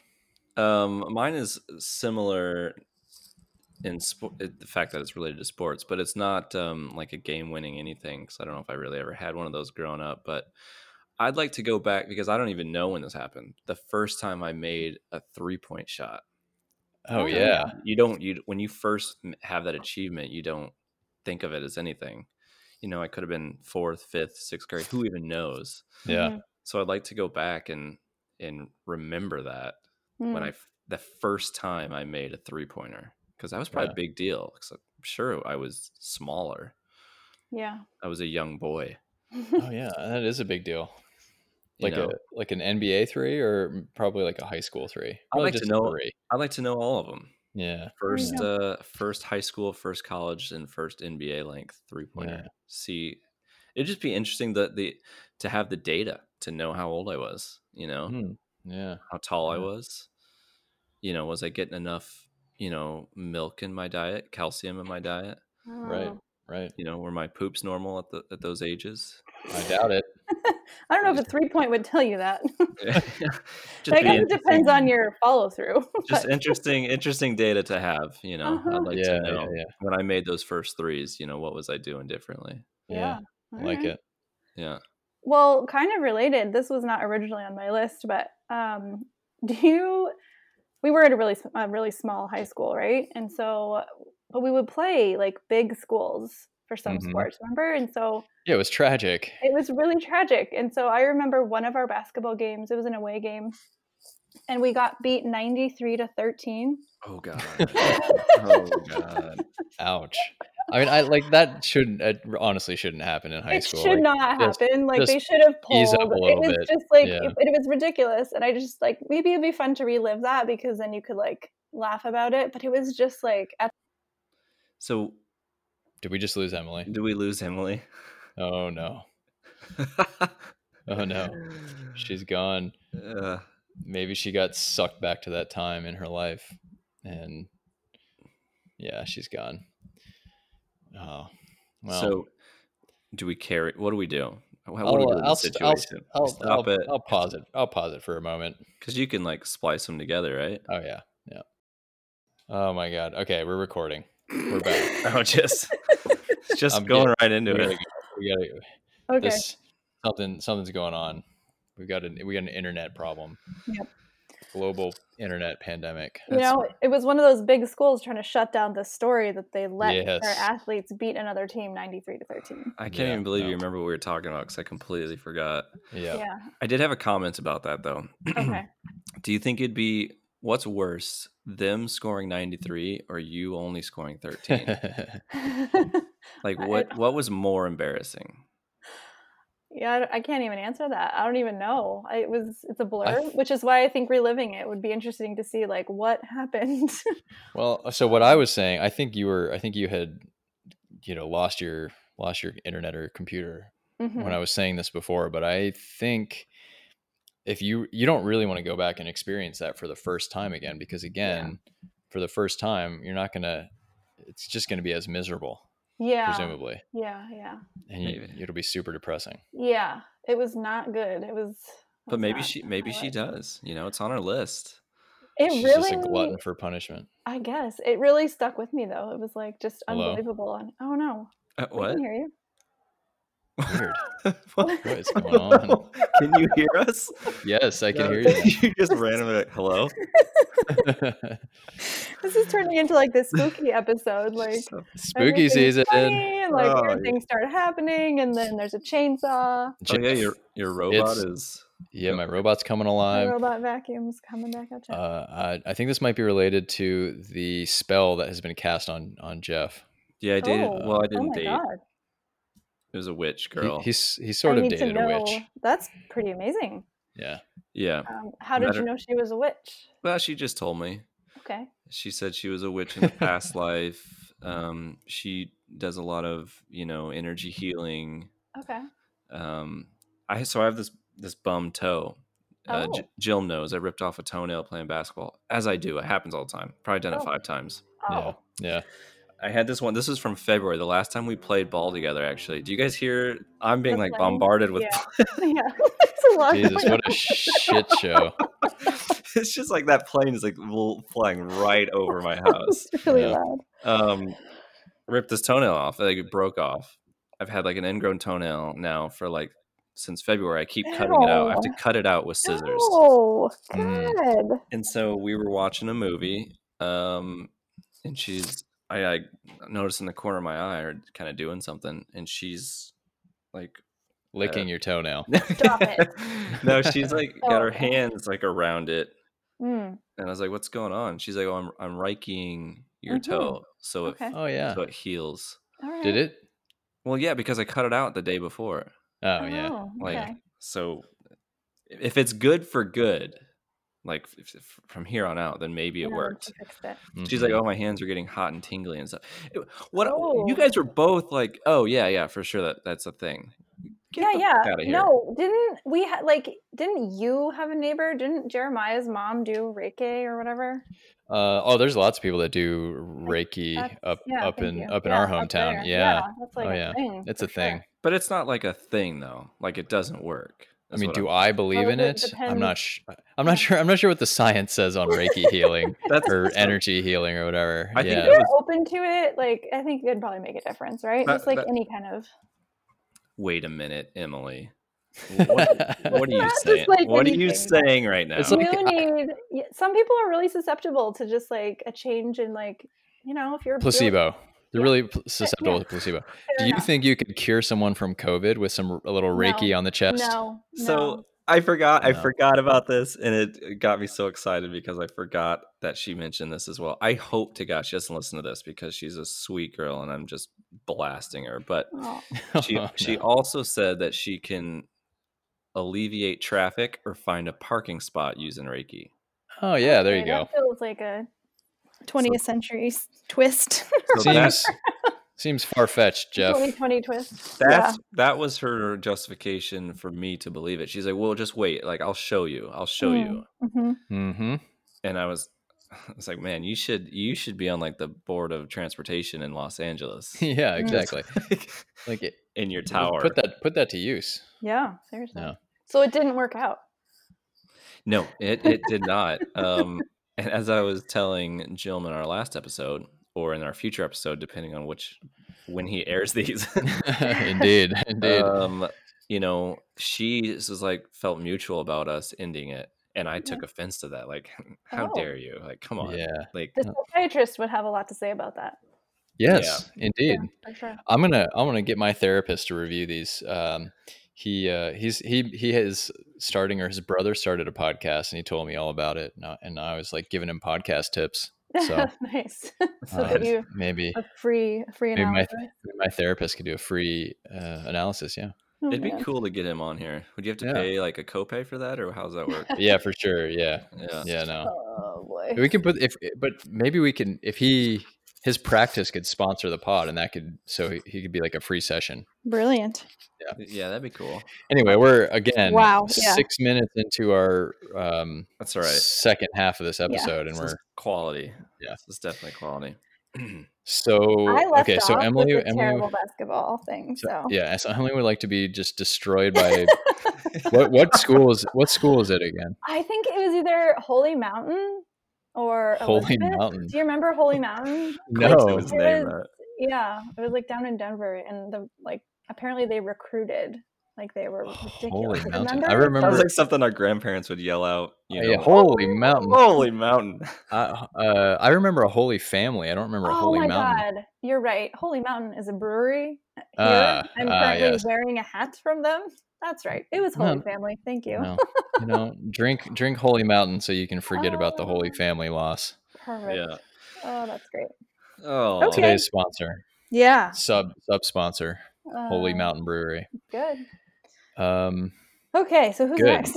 Speaker 2: Um, mine is similar in sport, the fact that it's related to sports, but it's not um, like a game winning anything because I don't know if I really ever had one of those growing up. But I'd like to go back because I don't even know when this happened. The first time I made a three point shot.
Speaker 1: Oh
Speaker 3: Oh,
Speaker 1: yeah.
Speaker 2: you don't you when you first m- have that achievement you don't think of it as anything you know i could have been fourth fifth sixth grade who even knows
Speaker 1: Yeah.
Speaker 3: Mhm.
Speaker 2: so i'd like to go back and and remember that when
Speaker 3: Mm.
Speaker 2: i f- the first time i made a three pointer because that was probably
Speaker 1: Yeah.
Speaker 2: a big deal 'cause i'm sure i was smaller
Speaker 3: Yeah. [LAUGHS]
Speaker 2: i was a young boy
Speaker 1: Oh yeah, that is a big deal.
Speaker 2: you
Speaker 1: Like
Speaker 2: know?
Speaker 1: a like an NBA 3 or probably like a high school 3. Probably
Speaker 2: like to
Speaker 1: just
Speaker 2: know-
Speaker 1: three.
Speaker 2: i'd like to know all of them
Speaker 1: Yeah.
Speaker 2: First,
Speaker 3: Yeah.
Speaker 2: uh, first high school, first college, and first NBA length three pointer.
Speaker 1: Yeah.
Speaker 2: See, it'd just be interesting that the to have the data to know how old I was. You know,
Speaker 1: Hmm. Yeah.
Speaker 2: how tall I
Speaker 1: Yeah.
Speaker 2: was. You know, was I getting enough? You know, milk in my diet, calcium in my diet.
Speaker 1: [LAUGHS] Right.
Speaker 3: Mm.
Speaker 1: Right.
Speaker 2: You know, were my poops normal at the at those ages? [LAUGHS]
Speaker 1: I doubt it.
Speaker 3: [LAUGHS] I don't know if a three point would tell you that. [LAUGHS]
Speaker 2: Just be
Speaker 3: I guess it
Speaker 2: interesting-
Speaker 3: depends on your follow through.
Speaker 2: just
Speaker 1: [LAUGHS]
Speaker 2: interesting, interesting data to have. You know,
Speaker 3: Uh-huh.
Speaker 2: I'd like
Speaker 1: yeah,
Speaker 2: to know
Speaker 1: yeah. Yeah.
Speaker 2: when I made those first threes. You know, what was I doing differently?
Speaker 1: Yeah. I like
Speaker 3: Mm-hmm.
Speaker 1: it.
Speaker 2: Yeah.
Speaker 3: Well, kind of related. This was not originally on my list, but um, [LAUGHS] do you? We were at a really s- a really small high school, right? And so, but we would play like big schools for some
Speaker 1: Mhm.
Speaker 3: sports. Remember? And so
Speaker 1: Yeah. It was tragic.
Speaker 3: it was really tragic. And so I remember one of our basketball games. It was an away game, and we got beat ninety three to thirteen.
Speaker 2: Oh
Speaker 1: [LAUGHS]
Speaker 2: god. oh god.
Speaker 3: [LAUGHS]
Speaker 1: Ouch. I mean, I like that shouldn't it honestly shouldn't happen in high
Speaker 3: it
Speaker 1: school.
Speaker 3: should
Speaker 1: like,
Speaker 3: not
Speaker 1: just-
Speaker 3: happen. Like
Speaker 1: just
Speaker 3: they should have
Speaker 1: ease
Speaker 3: pulled.
Speaker 1: up a
Speaker 3: It
Speaker 1: little
Speaker 3: was
Speaker 1: bit.
Speaker 3: just like
Speaker 1: Yeah.
Speaker 3: it, it was ridiculous, and I just like maybe it'd be fun to relive that because then you could like laugh about it. But it was just like at
Speaker 2: So,
Speaker 1: Did we just lose Emily?
Speaker 2: do we lose Emily?
Speaker 1: Oh no. Oh no. She's gone.
Speaker 2: [LAUGHS] Uh,
Speaker 1: Maybe she got sucked back to that time in her life, and yeah, she's gone. Oh. Well,
Speaker 2: so, do we carry? What do we do? How- What do we
Speaker 1: I'll,
Speaker 2: do in
Speaker 1: Oh, I'll,
Speaker 2: this
Speaker 1: st- I'll,
Speaker 2: situation?
Speaker 1: I'll,
Speaker 2: Stop
Speaker 1: I'll,
Speaker 2: it.
Speaker 1: I'll pause it. I'll pause it for a moment.
Speaker 2: Because you can like splice them
Speaker 1: [LAUGHS]
Speaker 2: together, right? [LAUGHS]
Speaker 1: Oh yeah, yeah. Oh my god. Okay, we're recording. We're
Speaker 2: [LAUGHS]
Speaker 1: back.
Speaker 2: Oh, just it's just
Speaker 1: I'm
Speaker 2: going
Speaker 1: getting-
Speaker 2: right
Speaker 1: we
Speaker 2: into
Speaker 1: gotta, go.
Speaker 2: it.
Speaker 1: we gotta
Speaker 3: okay,
Speaker 1: this something something's going on. We've got an we got an internet problem.
Speaker 3: Yep.
Speaker 1: Global internet pandemic.
Speaker 3: you know, it was one of those big schools trying to shut down the story that they let their
Speaker 1: Yes.
Speaker 3: athletes beat another team ninety three to thirteen.
Speaker 2: I can't
Speaker 1: Yeah,
Speaker 2: even believe
Speaker 1: no.
Speaker 2: you remember what we were talking about because I completely forgot.
Speaker 1: Yeah.
Speaker 3: Yeah.
Speaker 2: I did have a comment about that though.
Speaker 3: Okay.
Speaker 1: [CLEARS THROAT]
Speaker 2: [CLEARS THROAT] Do you think it'd be what's worse, them scoring 93 or you only scoring 13? like
Speaker 3: I-
Speaker 2: what what was more embarrassing?
Speaker 3: [LAUGHS] yeah, I, don't- I can't even answer that. I don't even know. I, it was it's a blur,
Speaker 1: f-
Speaker 3: which is why I think reliving it would be interesting to see like what happened.
Speaker 1: [LAUGHS]
Speaker 3: [LAUGHS]
Speaker 1: well, so what I was saying, I think you were I think you had you know lost your lost your internet or computer when
Speaker 3: Mhm.
Speaker 1: I was saying this before, but I think if you you don't really want to go back and experience that for the first time again because again, for the first time, you're not going to it's just going to be as miserable
Speaker 3: yeah.
Speaker 1: presumably.
Speaker 3: Yeah. Yeah.
Speaker 1: And you,
Speaker 2: Maybe.
Speaker 1: it'll be super depressing.
Speaker 3: Yeah, it was not good. It was. it
Speaker 2: But
Speaker 3: was
Speaker 2: maybe
Speaker 3: not
Speaker 2: she
Speaker 3: how
Speaker 2: maybe
Speaker 3: I
Speaker 2: she
Speaker 3: was.
Speaker 2: does. You know, it's on her list.
Speaker 3: It
Speaker 1: She's
Speaker 3: really.
Speaker 1: just a glutton for punishment.
Speaker 3: I guess it really stuck with me though. It was like just
Speaker 1: Hello?
Speaker 3: unbelievable. And oh no,
Speaker 2: Uh,
Speaker 3: I
Speaker 2: what? [LAUGHS]
Speaker 3: can hear Oh, you.
Speaker 1: Weird.
Speaker 3: [LAUGHS]
Speaker 2: what?
Speaker 1: [LAUGHS] What is going on?
Speaker 2: [LAUGHS] Can you hear us?
Speaker 1: Yes, I can hear you.
Speaker 2: you. just randomly like, hello?
Speaker 3: This is turning into like this spooky episode. [LAUGHS] Like
Speaker 1: [LAUGHS] Spooky
Speaker 3: everything's
Speaker 1: season.
Speaker 3: funny, and, like
Speaker 2: Oh,
Speaker 3: weird
Speaker 2: yeah.
Speaker 3: things start happening, and then there's a chainsaw.
Speaker 2: Oh yeah,
Speaker 1: Jeff.
Speaker 2: your your
Speaker 1: It's-
Speaker 2: robot is
Speaker 1: yeah, my robot's coming
Speaker 3: the
Speaker 1: alive.
Speaker 3: robot vacuums coming back at you.
Speaker 1: Uh, I, I think this might be related to the spell that has been cast on on Jeff.
Speaker 2: yeah. I dated.
Speaker 3: Oh,
Speaker 2: well, I
Speaker 3: oh
Speaker 2: didn't
Speaker 3: my
Speaker 2: date.
Speaker 3: god,
Speaker 2: It was a
Speaker 1: He-
Speaker 2: witch girl.
Speaker 1: he's he's
Speaker 3: I
Speaker 1: sort of
Speaker 3: need to
Speaker 1: dated a witch.
Speaker 3: know- That's pretty amazing. [LAUGHS]
Speaker 1: Yeah.
Speaker 2: yeah.
Speaker 3: Um, how did
Speaker 2: Matter-
Speaker 3: you know she was a witch?
Speaker 2: Well, she just told me.
Speaker 3: Okay.
Speaker 2: She said she was a witch in
Speaker 1: [LAUGHS]
Speaker 2: a past life. Um, she does a lot of you know energy healing.
Speaker 3: Okay.
Speaker 2: Um, I so I have this this bum toe. Uh, J-
Speaker 3: Oh.
Speaker 2: Jill knows I ripped off a toenail playing basketball, as I do. It happens all the time. Probably done
Speaker 3: Oh.
Speaker 2: it five times.
Speaker 3: Oh.
Speaker 1: Yeah. Yeah.
Speaker 2: I had this one. This is from February, the last time we played ball together. Actually, do you guys hear? I'm being
Speaker 3: The
Speaker 2: like
Speaker 3: playing?
Speaker 2: bombarded with.
Speaker 3: Yeah. [LAUGHS] yeah, it's a lot.
Speaker 1: Jesus,
Speaker 3: going
Speaker 1: what a shit
Speaker 3: [LAUGHS]
Speaker 1: show.
Speaker 2: [LAUGHS] it's just like that plane is like l- flying right over my
Speaker 3: on. [LAUGHS]
Speaker 2: house.
Speaker 3: It's really
Speaker 1: Yeah.
Speaker 3: loud.
Speaker 2: um ripped this toenail off like it broke off i've had like an ingrown toenail now for like since february i keep cutting it out i have to
Speaker 3: Ow.
Speaker 2: cut it out with scissors
Speaker 3: Oh God!
Speaker 1: Mm.
Speaker 2: and so we were watching a movie um and she's i i noticed in the corner of my eye her kind of doing something and she's like
Speaker 1: Licking your toenail.
Speaker 3: Stop it.
Speaker 2: [LAUGHS]
Speaker 3: Oh,
Speaker 2: no she's like got her
Speaker 3: Stop it.
Speaker 2: hands like around it
Speaker 3: Mm.
Speaker 2: and i was like what's going on she's like oh i'm, I'm reikiing your
Speaker 3: Mhm.
Speaker 2: toe so it,
Speaker 3: Okay.
Speaker 1: Oh yeah.
Speaker 2: so it heals
Speaker 3: All right.
Speaker 1: Did it?
Speaker 2: Well, yeah, because I cut it out the day before.
Speaker 1: Oh yeah.
Speaker 3: Oh,
Speaker 2: Like,
Speaker 3: okay.
Speaker 2: so if it's good for good, like if, if from here on out, then maybe it
Speaker 3: Yeah,
Speaker 2: worked.
Speaker 3: she fixed it.
Speaker 1: Mm-hmm.
Speaker 2: She's like, "Oh, my hands are getting hot and tingly and stuff." It- What
Speaker 3: Oh.
Speaker 2: you guys were both like, "Oh yeah, yeah, for sure that that's a thing."
Speaker 3: yeah,
Speaker 2: the
Speaker 3: yeah.
Speaker 2: fuck outta here.
Speaker 3: No, didn't we ha- like? Didn't you have a neighbor? Didn't Jeremiah's mom do reiki or whatever?
Speaker 1: Uh, oh, there's lots of people that do Reiki
Speaker 3: That's-
Speaker 1: up
Speaker 3: yeah,
Speaker 1: up
Speaker 3: thank
Speaker 1: in
Speaker 3: you.
Speaker 1: up in
Speaker 3: Yeah,
Speaker 1: our
Speaker 3: up
Speaker 1: hometown.
Speaker 3: there.
Speaker 1: Yeah.
Speaker 3: that's like
Speaker 1: Oh,
Speaker 3: a
Speaker 1: yeah.
Speaker 3: thing.
Speaker 1: it's
Speaker 3: for
Speaker 1: a thing.
Speaker 3: sure.
Speaker 2: But it's not like a thing though. Like it doesn't work.
Speaker 1: I
Speaker 2: is
Speaker 1: mean,
Speaker 2: what
Speaker 1: do
Speaker 2: I'm-
Speaker 1: I believe in
Speaker 3: Well,
Speaker 1: it?
Speaker 3: it
Speaker 1: I'm not. Sh- I'm not sure. I'm not sure what the science says on
Speaker 3: [LAUGHS]
Speaker 1: Reiki healing
Speaker 2: that's
Speaker 1: or energy healing or whatever.
Speaker 2: I think
Speaker 1: yeah.
Speaker 3: If
Speaker 2: it
Speaker 3: you're
Speaker 2: was-
Speaker 3: open to it, like I think it'd probably make a difference, right?
Speaker 2: That-
Speaker 3: Just like
Speaker 2: that-
Speaker 3: any kind of.
Speaker 2: Wait a minute, Emily.
Speaker 1: [LAUGHS]
Speaker 2: [LAUGHS] What, what are you
Speaker 3: Not just
Speaker 2: saying?
Speaker 3: like
Speaker 2: what are you
Speaker 3: anything, but-
Speaker 2: saying right now?
Speaker 1: It's like-
Speaker 3: you need. y- Some people are really susceptible to just like a change in like you know if you're
Speaker 1: [LAUGHS]
Speaker 3: built-
Speaker 1: placebo. They're
Speaker 3: Yeah.
Speaker 1: really pl- susceptible
Speaker 3: yeah.
Speaker 1: to placebo.
Speaker 3: fair
Speaker 1: Do you
Speaker 3: enough.
Speaker 1: think you could cure someone from COVID with some a little Reiki on the chest?
Speaker 3: No.
Speaker 2: So
Speaker 3: no.
Speaker 2: I forgot. I
Speaker 1: No.
Speaker 2: forgot about this, and it it got me so excited because I forgot that she mentioned this as well. I hope to God she doesn't listen to this because she's a sweet girl, and I'm just blasting her. But
Speaker 3: Oh,
Speaker 1: [LAUGHS]
Speaker 2: [LAUGHS] she
Speaker 1: Oh,
Speaker 2: she
Speaker 1: no.
Speaker 2: also said that she can alleviate traffic or find a parking spot using Reiki.
Speaker 1: Oh yeah, there
Speaker 3: okay,
Speaker 1: you go.
Speaker 3: [LAUGHS] That feels like a 20th century s- twist. [LAUGHS]
Speaker 2: So that,
Speaker 1: Seems seems far fetched, Jeff.
Speaker 3: 2020 twist.
Speaker 2: that's that was her justification for me to believe it. She's like, "Well, just wait. Like, I'll show you. I'll show
Speaker 3: Mm.
Speaker 2: you."
Speaker 3: yeah. hmm
Speaker 1: Mm-hmm. [LAUGHS]
Speaker 2: and I was [LAUGHS] I was like, man, you should you should be on like the board of transportation in
Speaker 1: [LAUGHS]
Speaker 2: Los Angeles [LAUGHS]
Speaker 1: Yeah,
Speaker 3: Mm.
Speaker 1: exactly. like it,
Speaker 2: in your tower.
Speaker 1: Put that put that to
Speaker 3: [LAUGHS]
Speaker 1: use. [LAUGHS]
Speaker 3: Yeah, seriously.
Speaker 1: No.
Speaker 3: So it didn't work out.
Speaker 2: no, it it did not. Um, [LAUGHS] and as I was telling Jim in our last episode, or in our future episode, depending on which when he airs these,
Speaker 1: indeed, [LAUGHS] indeed.
Speaker 2: um, you know, she just was like felt mutual about us ending it, and I took offense to that. Like, [LAUGHS] how
Speaker 3: Oh.
Speaker 2: dare you? Like, come on,
Speaker 1: yeah.
Speaker 2: like.
Speaker 3: The
Speaker 1: No.
Speaker 3: psychiatrist would have a lot to say about that.
Speaker 1: Yes, indeed.
Speaker 3: For sure.
Speaker 1: I'm gonna I'm gonna get my therapist to review these. Um, he uh, he's he he is starting or his brother started a podcast and he told me all about it and I, and I was like giving him podcast tips. So,
Speaker 3: [LAUGHS]
Speaker 1: [LAUGHS]
Speaker 3: nice. so
Speaker 1: um,
Speaker 3: that you
Speaker 1: maybe
Speaker 3: a free a free
Speaker 1: Maybe my-
Speaker 3: analysis.
Speaker 1: my therapist could do a free uh, analysis.
Speaker 3: [LAUGHS]
Speaker 1: Yeah,
Speaker 3: Oh,
Speaker 2: It'd be
Speaker 3: man.
Speaker 2: cool to get him on here. Would you have to
Speaker 1: Yeah.
Speaker 2: pay like a copay for that, or how's that work?
Speaker 1: yeah, for sure. Yeah,
Speaker 2: Yeah.
Speaker 1: yeah, no.
Speaker 3: Oh boy.
Speaker 1: We can put if eh, but maybe we can if he his practice could sponsor the pod and that could so he, he could be like a free session.
Speaker 3: Brilliant.
Speaker 2: Yeah, that'd be cool.
Speaker 1: Anyway, we're again
Speaker 3: Wow, yeah.
Speaker 1: six minutes into our um,
Speaker 2: That's all right.
Speaker 1: second half of this episode, and
Speaker 2: This
Speaker 1: we're
Speaker 2: is quality.
Speaker 1: Yeah.
Speaker 2: This is definitely quality.
Speaker 1: so
Speaker 3: I left
Speaker 1: okay. So
Speaker 3: off
Speaker 1: Emily,
Speaker 3: with the
Speaker 1: Emily,
Speaker 3: terrible basketball thing.
Speaker 1: so-
Speaker 3: So,
Speaker 1: yeah, so Emily would like to be just destroyed by
Speaker 3: [LAUGHS]
Speaker 1: what? What school is what school is it again?
Speaker 2: [LAUGHS]
Speaker 3: I think it was either Holy Mountain or
Speaker 1: Holy
Speaker 3: Elizabeth.
Speaker 1: Mountain.
Speaker 3: Do you remember Holy Mountain?
Speaker 2: Of course it
Speaker 1: No,
Speaker 2: was named
Speaker 3: It
Speaker 2: that.
Speaker 3: Yeah, it was like down in Denver, and the like. Apparently, they recruited. Like they were
Speaker 1: Oh, Holy
Speaker 3: ridiculous.
Speaker 1: mountain! I
Speaker 2: That was
Speaker 1: remember.
Speaker 2: like something our grandparents would yell out. You know,
Speaker 1: yeah, holy mountain!
Speaker 2: holy mountain. [LAUGHS]
Speaker 1: I, uh, I remember a holy family. I don't remember a
Speaker 3: Oh
Speaker 1: holy
Speaker 3: my
Speaker 1: mountain.
Speaker 3: god, you're right. Holy Mountain is a brewery. Here,
Speaker 1: Ah,
Speaker 3: I'm
Speaker 1: ah,
Speaker 3: currently
Speaker 1: yes.
Speaker 3: wearing a hat from them. That's right. It was Holy
Speaker 1: No.
Speaker 3: Family. Thank you.
Speaker 1: No, you
Speaker 3: [LAUGHS]
Speaker 1: know, drink drink holy mountain so you can forget about the holy
Speaker 3: Oh.
Speaker 1: family loss.
Speaker 3: Perfect.
Speaker 2: Yeah.
Speaker 3: Oh, that's great.
Speaker 2: Oh.
Speaker 3: Okay.
Speaker 1: Today's sponsor,
Speaker 3: Yeah.
Speaker 1: sub sub sponsor, Holy
Speaker 3: Uh,
Speaker 1: Mountain Brewery.
Speaker 3: Good.
Speaker 1: Um,
Speaker 3: Okay, so who's
Speaker 1: Good.
Speaker 3: next?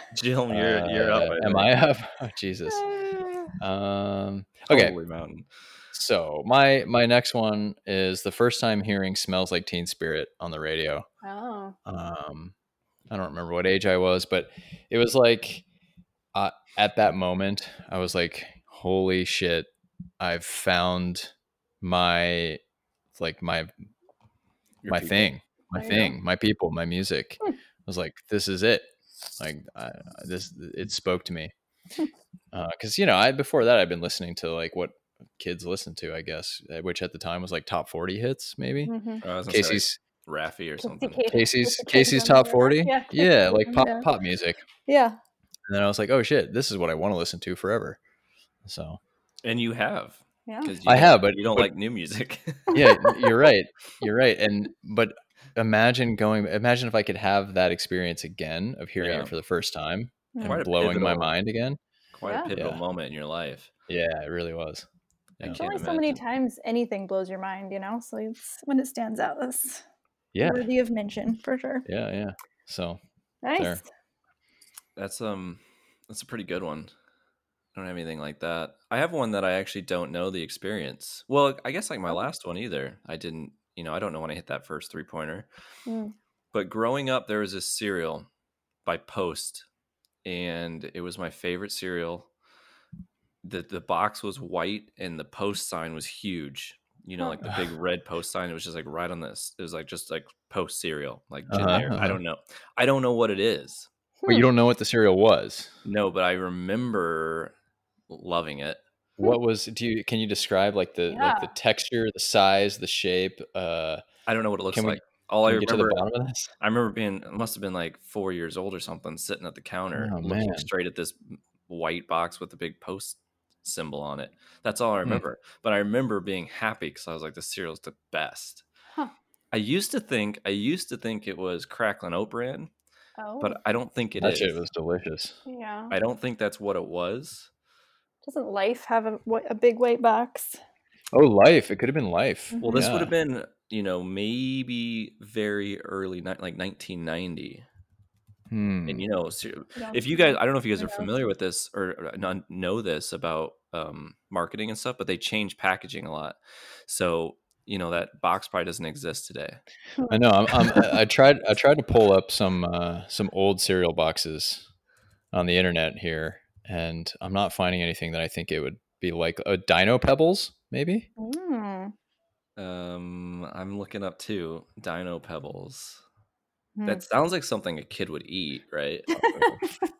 Speaker 3: [LAUGHS]
Speaker 2: Jill, Oh, you're you're
Speaker 1: uh,
Speaker 2: up.
Speaker 1: am
Speaker 2: think.
Speaker 1: I up? [LAUGHS] Oh, Jesus.
Speaker 3: Uh.
Speaker 1: Um, okay,
Speaker 2: Holy mountain.
Speaker 1: so my my next one is the first time hearing "Smells Like Teen Spirit" on the radio.
Speaker 3: oh.
Speaker 1: um i don't remember what age i was but it was like uh, at that moment i was like holy shit i've found my like my
Speaker 2: Your
Speaker 1: my
Speaker 2: people.
Speaker 1: thing my
Speaker 3: There you go.
Speaker 1: thing my people my music
Speaker 3: Hmm.
Speaker 1: i was like this is it like I, I- this it spoke to me
Speaker 3: Hmm.
Speaker 1: because you know i before that i'd been listening to like what kids listen to i guess uh, which at the time was like top 40 hits maybe
Speaker 3: mhm.
Speaker 2: Oh, I was gonna say, like,
Speaker 1: casey's
Speaker 2: Raffy or something.
Speaker 3: Sophisticated-
Speaker 1: Casey's
Speaker 3: sophisticated
Speaker 1: Casey's
Speaker 3: number,
Speaker 1: top
Speaker 3: right?
Speaker 1: 40.
Speaker 3: Yeah.
Speaker 1: Yeah, like pop
Speaker 3: Yeah.
Speaker 1: pop music.
Speaker 3: Yeah.
Speaker 1: And then I was like, "Oh shit, this is what I want to listen to forever." So,
Speaker 2: And you have.
Speaker 3: Yeah.
Speaker 2: 'cause
Speaker 1: I
Speaker 2: you
Speaker 1: have,
Speaker 2: don't-
Speaker 1: but-
Speaker 2: you don't
Speaker 1: but-
Speaker 2: like new music. [LAUGHS]
Speaker 1: yeah, you're right. You're right. And but imagine going imagine if I could have that experience again of hearing
Speaker 2: Yeah.
Speaker 1: it for the first time and
Speaker 2: Quite a
Speaker 1: blowing my
Speaker 2: pivotal-
Speaker 1: mind again.
Speaker 2: Quite
Speaker 3: Yeah.
Speaker 2: a pivotal
Speaker 1: Yeah.
Speaker 2: moment in your life.
Speaker 1: Yeah, it really was. Yeah.
Speaker 2: I
Speaker 3: There's
Speaker 2: can't
Speaker 3: only so many
Speaker 2: imagine.
Speaker 3: times anything blows your mind, you know? So it's when it stands out, that's
Speaker 1: Yeah.
Speaker 3: worthy of mention for sure.
Speaker 1: Yeah, yeah. So,
Speaker 3: Nice.
Speaker 1: There.
Speaker 2: That's um That's a pretty good one. I don't have anything like that. I have one that I actually don't know the experience. Well, I guess like my last one either. I didn't, you know, I don't know when I hit that first three pointer.
Speaker 3: Mm.
Speaker 2: But growing up, there was this cereal by Post, and it was my favorite cereal. The the box was white and the post sign was huge. You know, like the big red post sign. It was just like right on this. It was like just like post cereal, like
Speaker 1: Uh-huh,
Speaker 2: generic. I
Speaker 1: uh-huh.
Speaker 2: don't know. I don't know what it is.
Speaker 3: Hmm.
Speaker 1: But you don't know what the cereal was.
Speaker 2: No, but I remember loving it.
Speaker 3: Hmm.
Speaker 1: What was do you can you describe like the like the texture, the size, the shape? Uh
Speaker 2: I don't know what it looks
Speaker 1: Can we-
Speaker 2: like. All I
Speaker 1: can we get to the
Speaker 2: remember,
Speaker 1: bottom of this?
Speaker 2: I remember being, I must have been like four years old or something, sitting at the counter,
Speaker 1: Oh,
Speaker 2: looking
Speaker 1: man.
Speaker 2: straight at this white box with the big post symbol on it. That's all I
Speaker 1: Hmm.
Speaker 2: remember. But I remember being happy because I was like, the cereal's the best.
Speaker 3: Huh.
Speaker 2: I used to think, I used to think it was Cracklin' Oat Bran,
Speaker 3: Oh,
Speaker 2: but I don't think it
Speaker 1: that
Speaker 2: is.
Speaker 1: shit was delicious.
Speaker 3: yeah.
Speaker 2: I don't think that's what it was.
Speaker 3: Doesn't life have a, wh- a big white box?
Speaker 1: Oh, life. It could have been life.
Speaker 2: Well, this
Speaker 1: Yeah.
Speaker 2: would have been, you know, maybe very early, ni- like 1990.
Speaker 1: Hmm.
Speaker 2: And you know, ser-
Speaker 3: Yeah.
Speaker 2: if you guys, I don't know if you guys
Speaker 3: I
Speaker 2: are
Speaker 3: know.
Speaker 2: familiar with this or or non- know this about um, marketing and stuff, but they change packaging a lot. So you know that box probably doesn't exist today.
Speaker 3: Hmm.
Speaker 1: I know. I'm, I'm, I I tried. I tried to pull up some uh, some old cereal boxes on the internet here, and I'm not finding anything that I think it would be like. Uh, Dino Pebbles, maybe.
Speaker 3: Mm.
Speaker 2: Um, I'm looking up too. Dino Pebbles.
Speaker 3: Hmm.
Speaker 2: That sounds like something a kid would eat, right? Uh,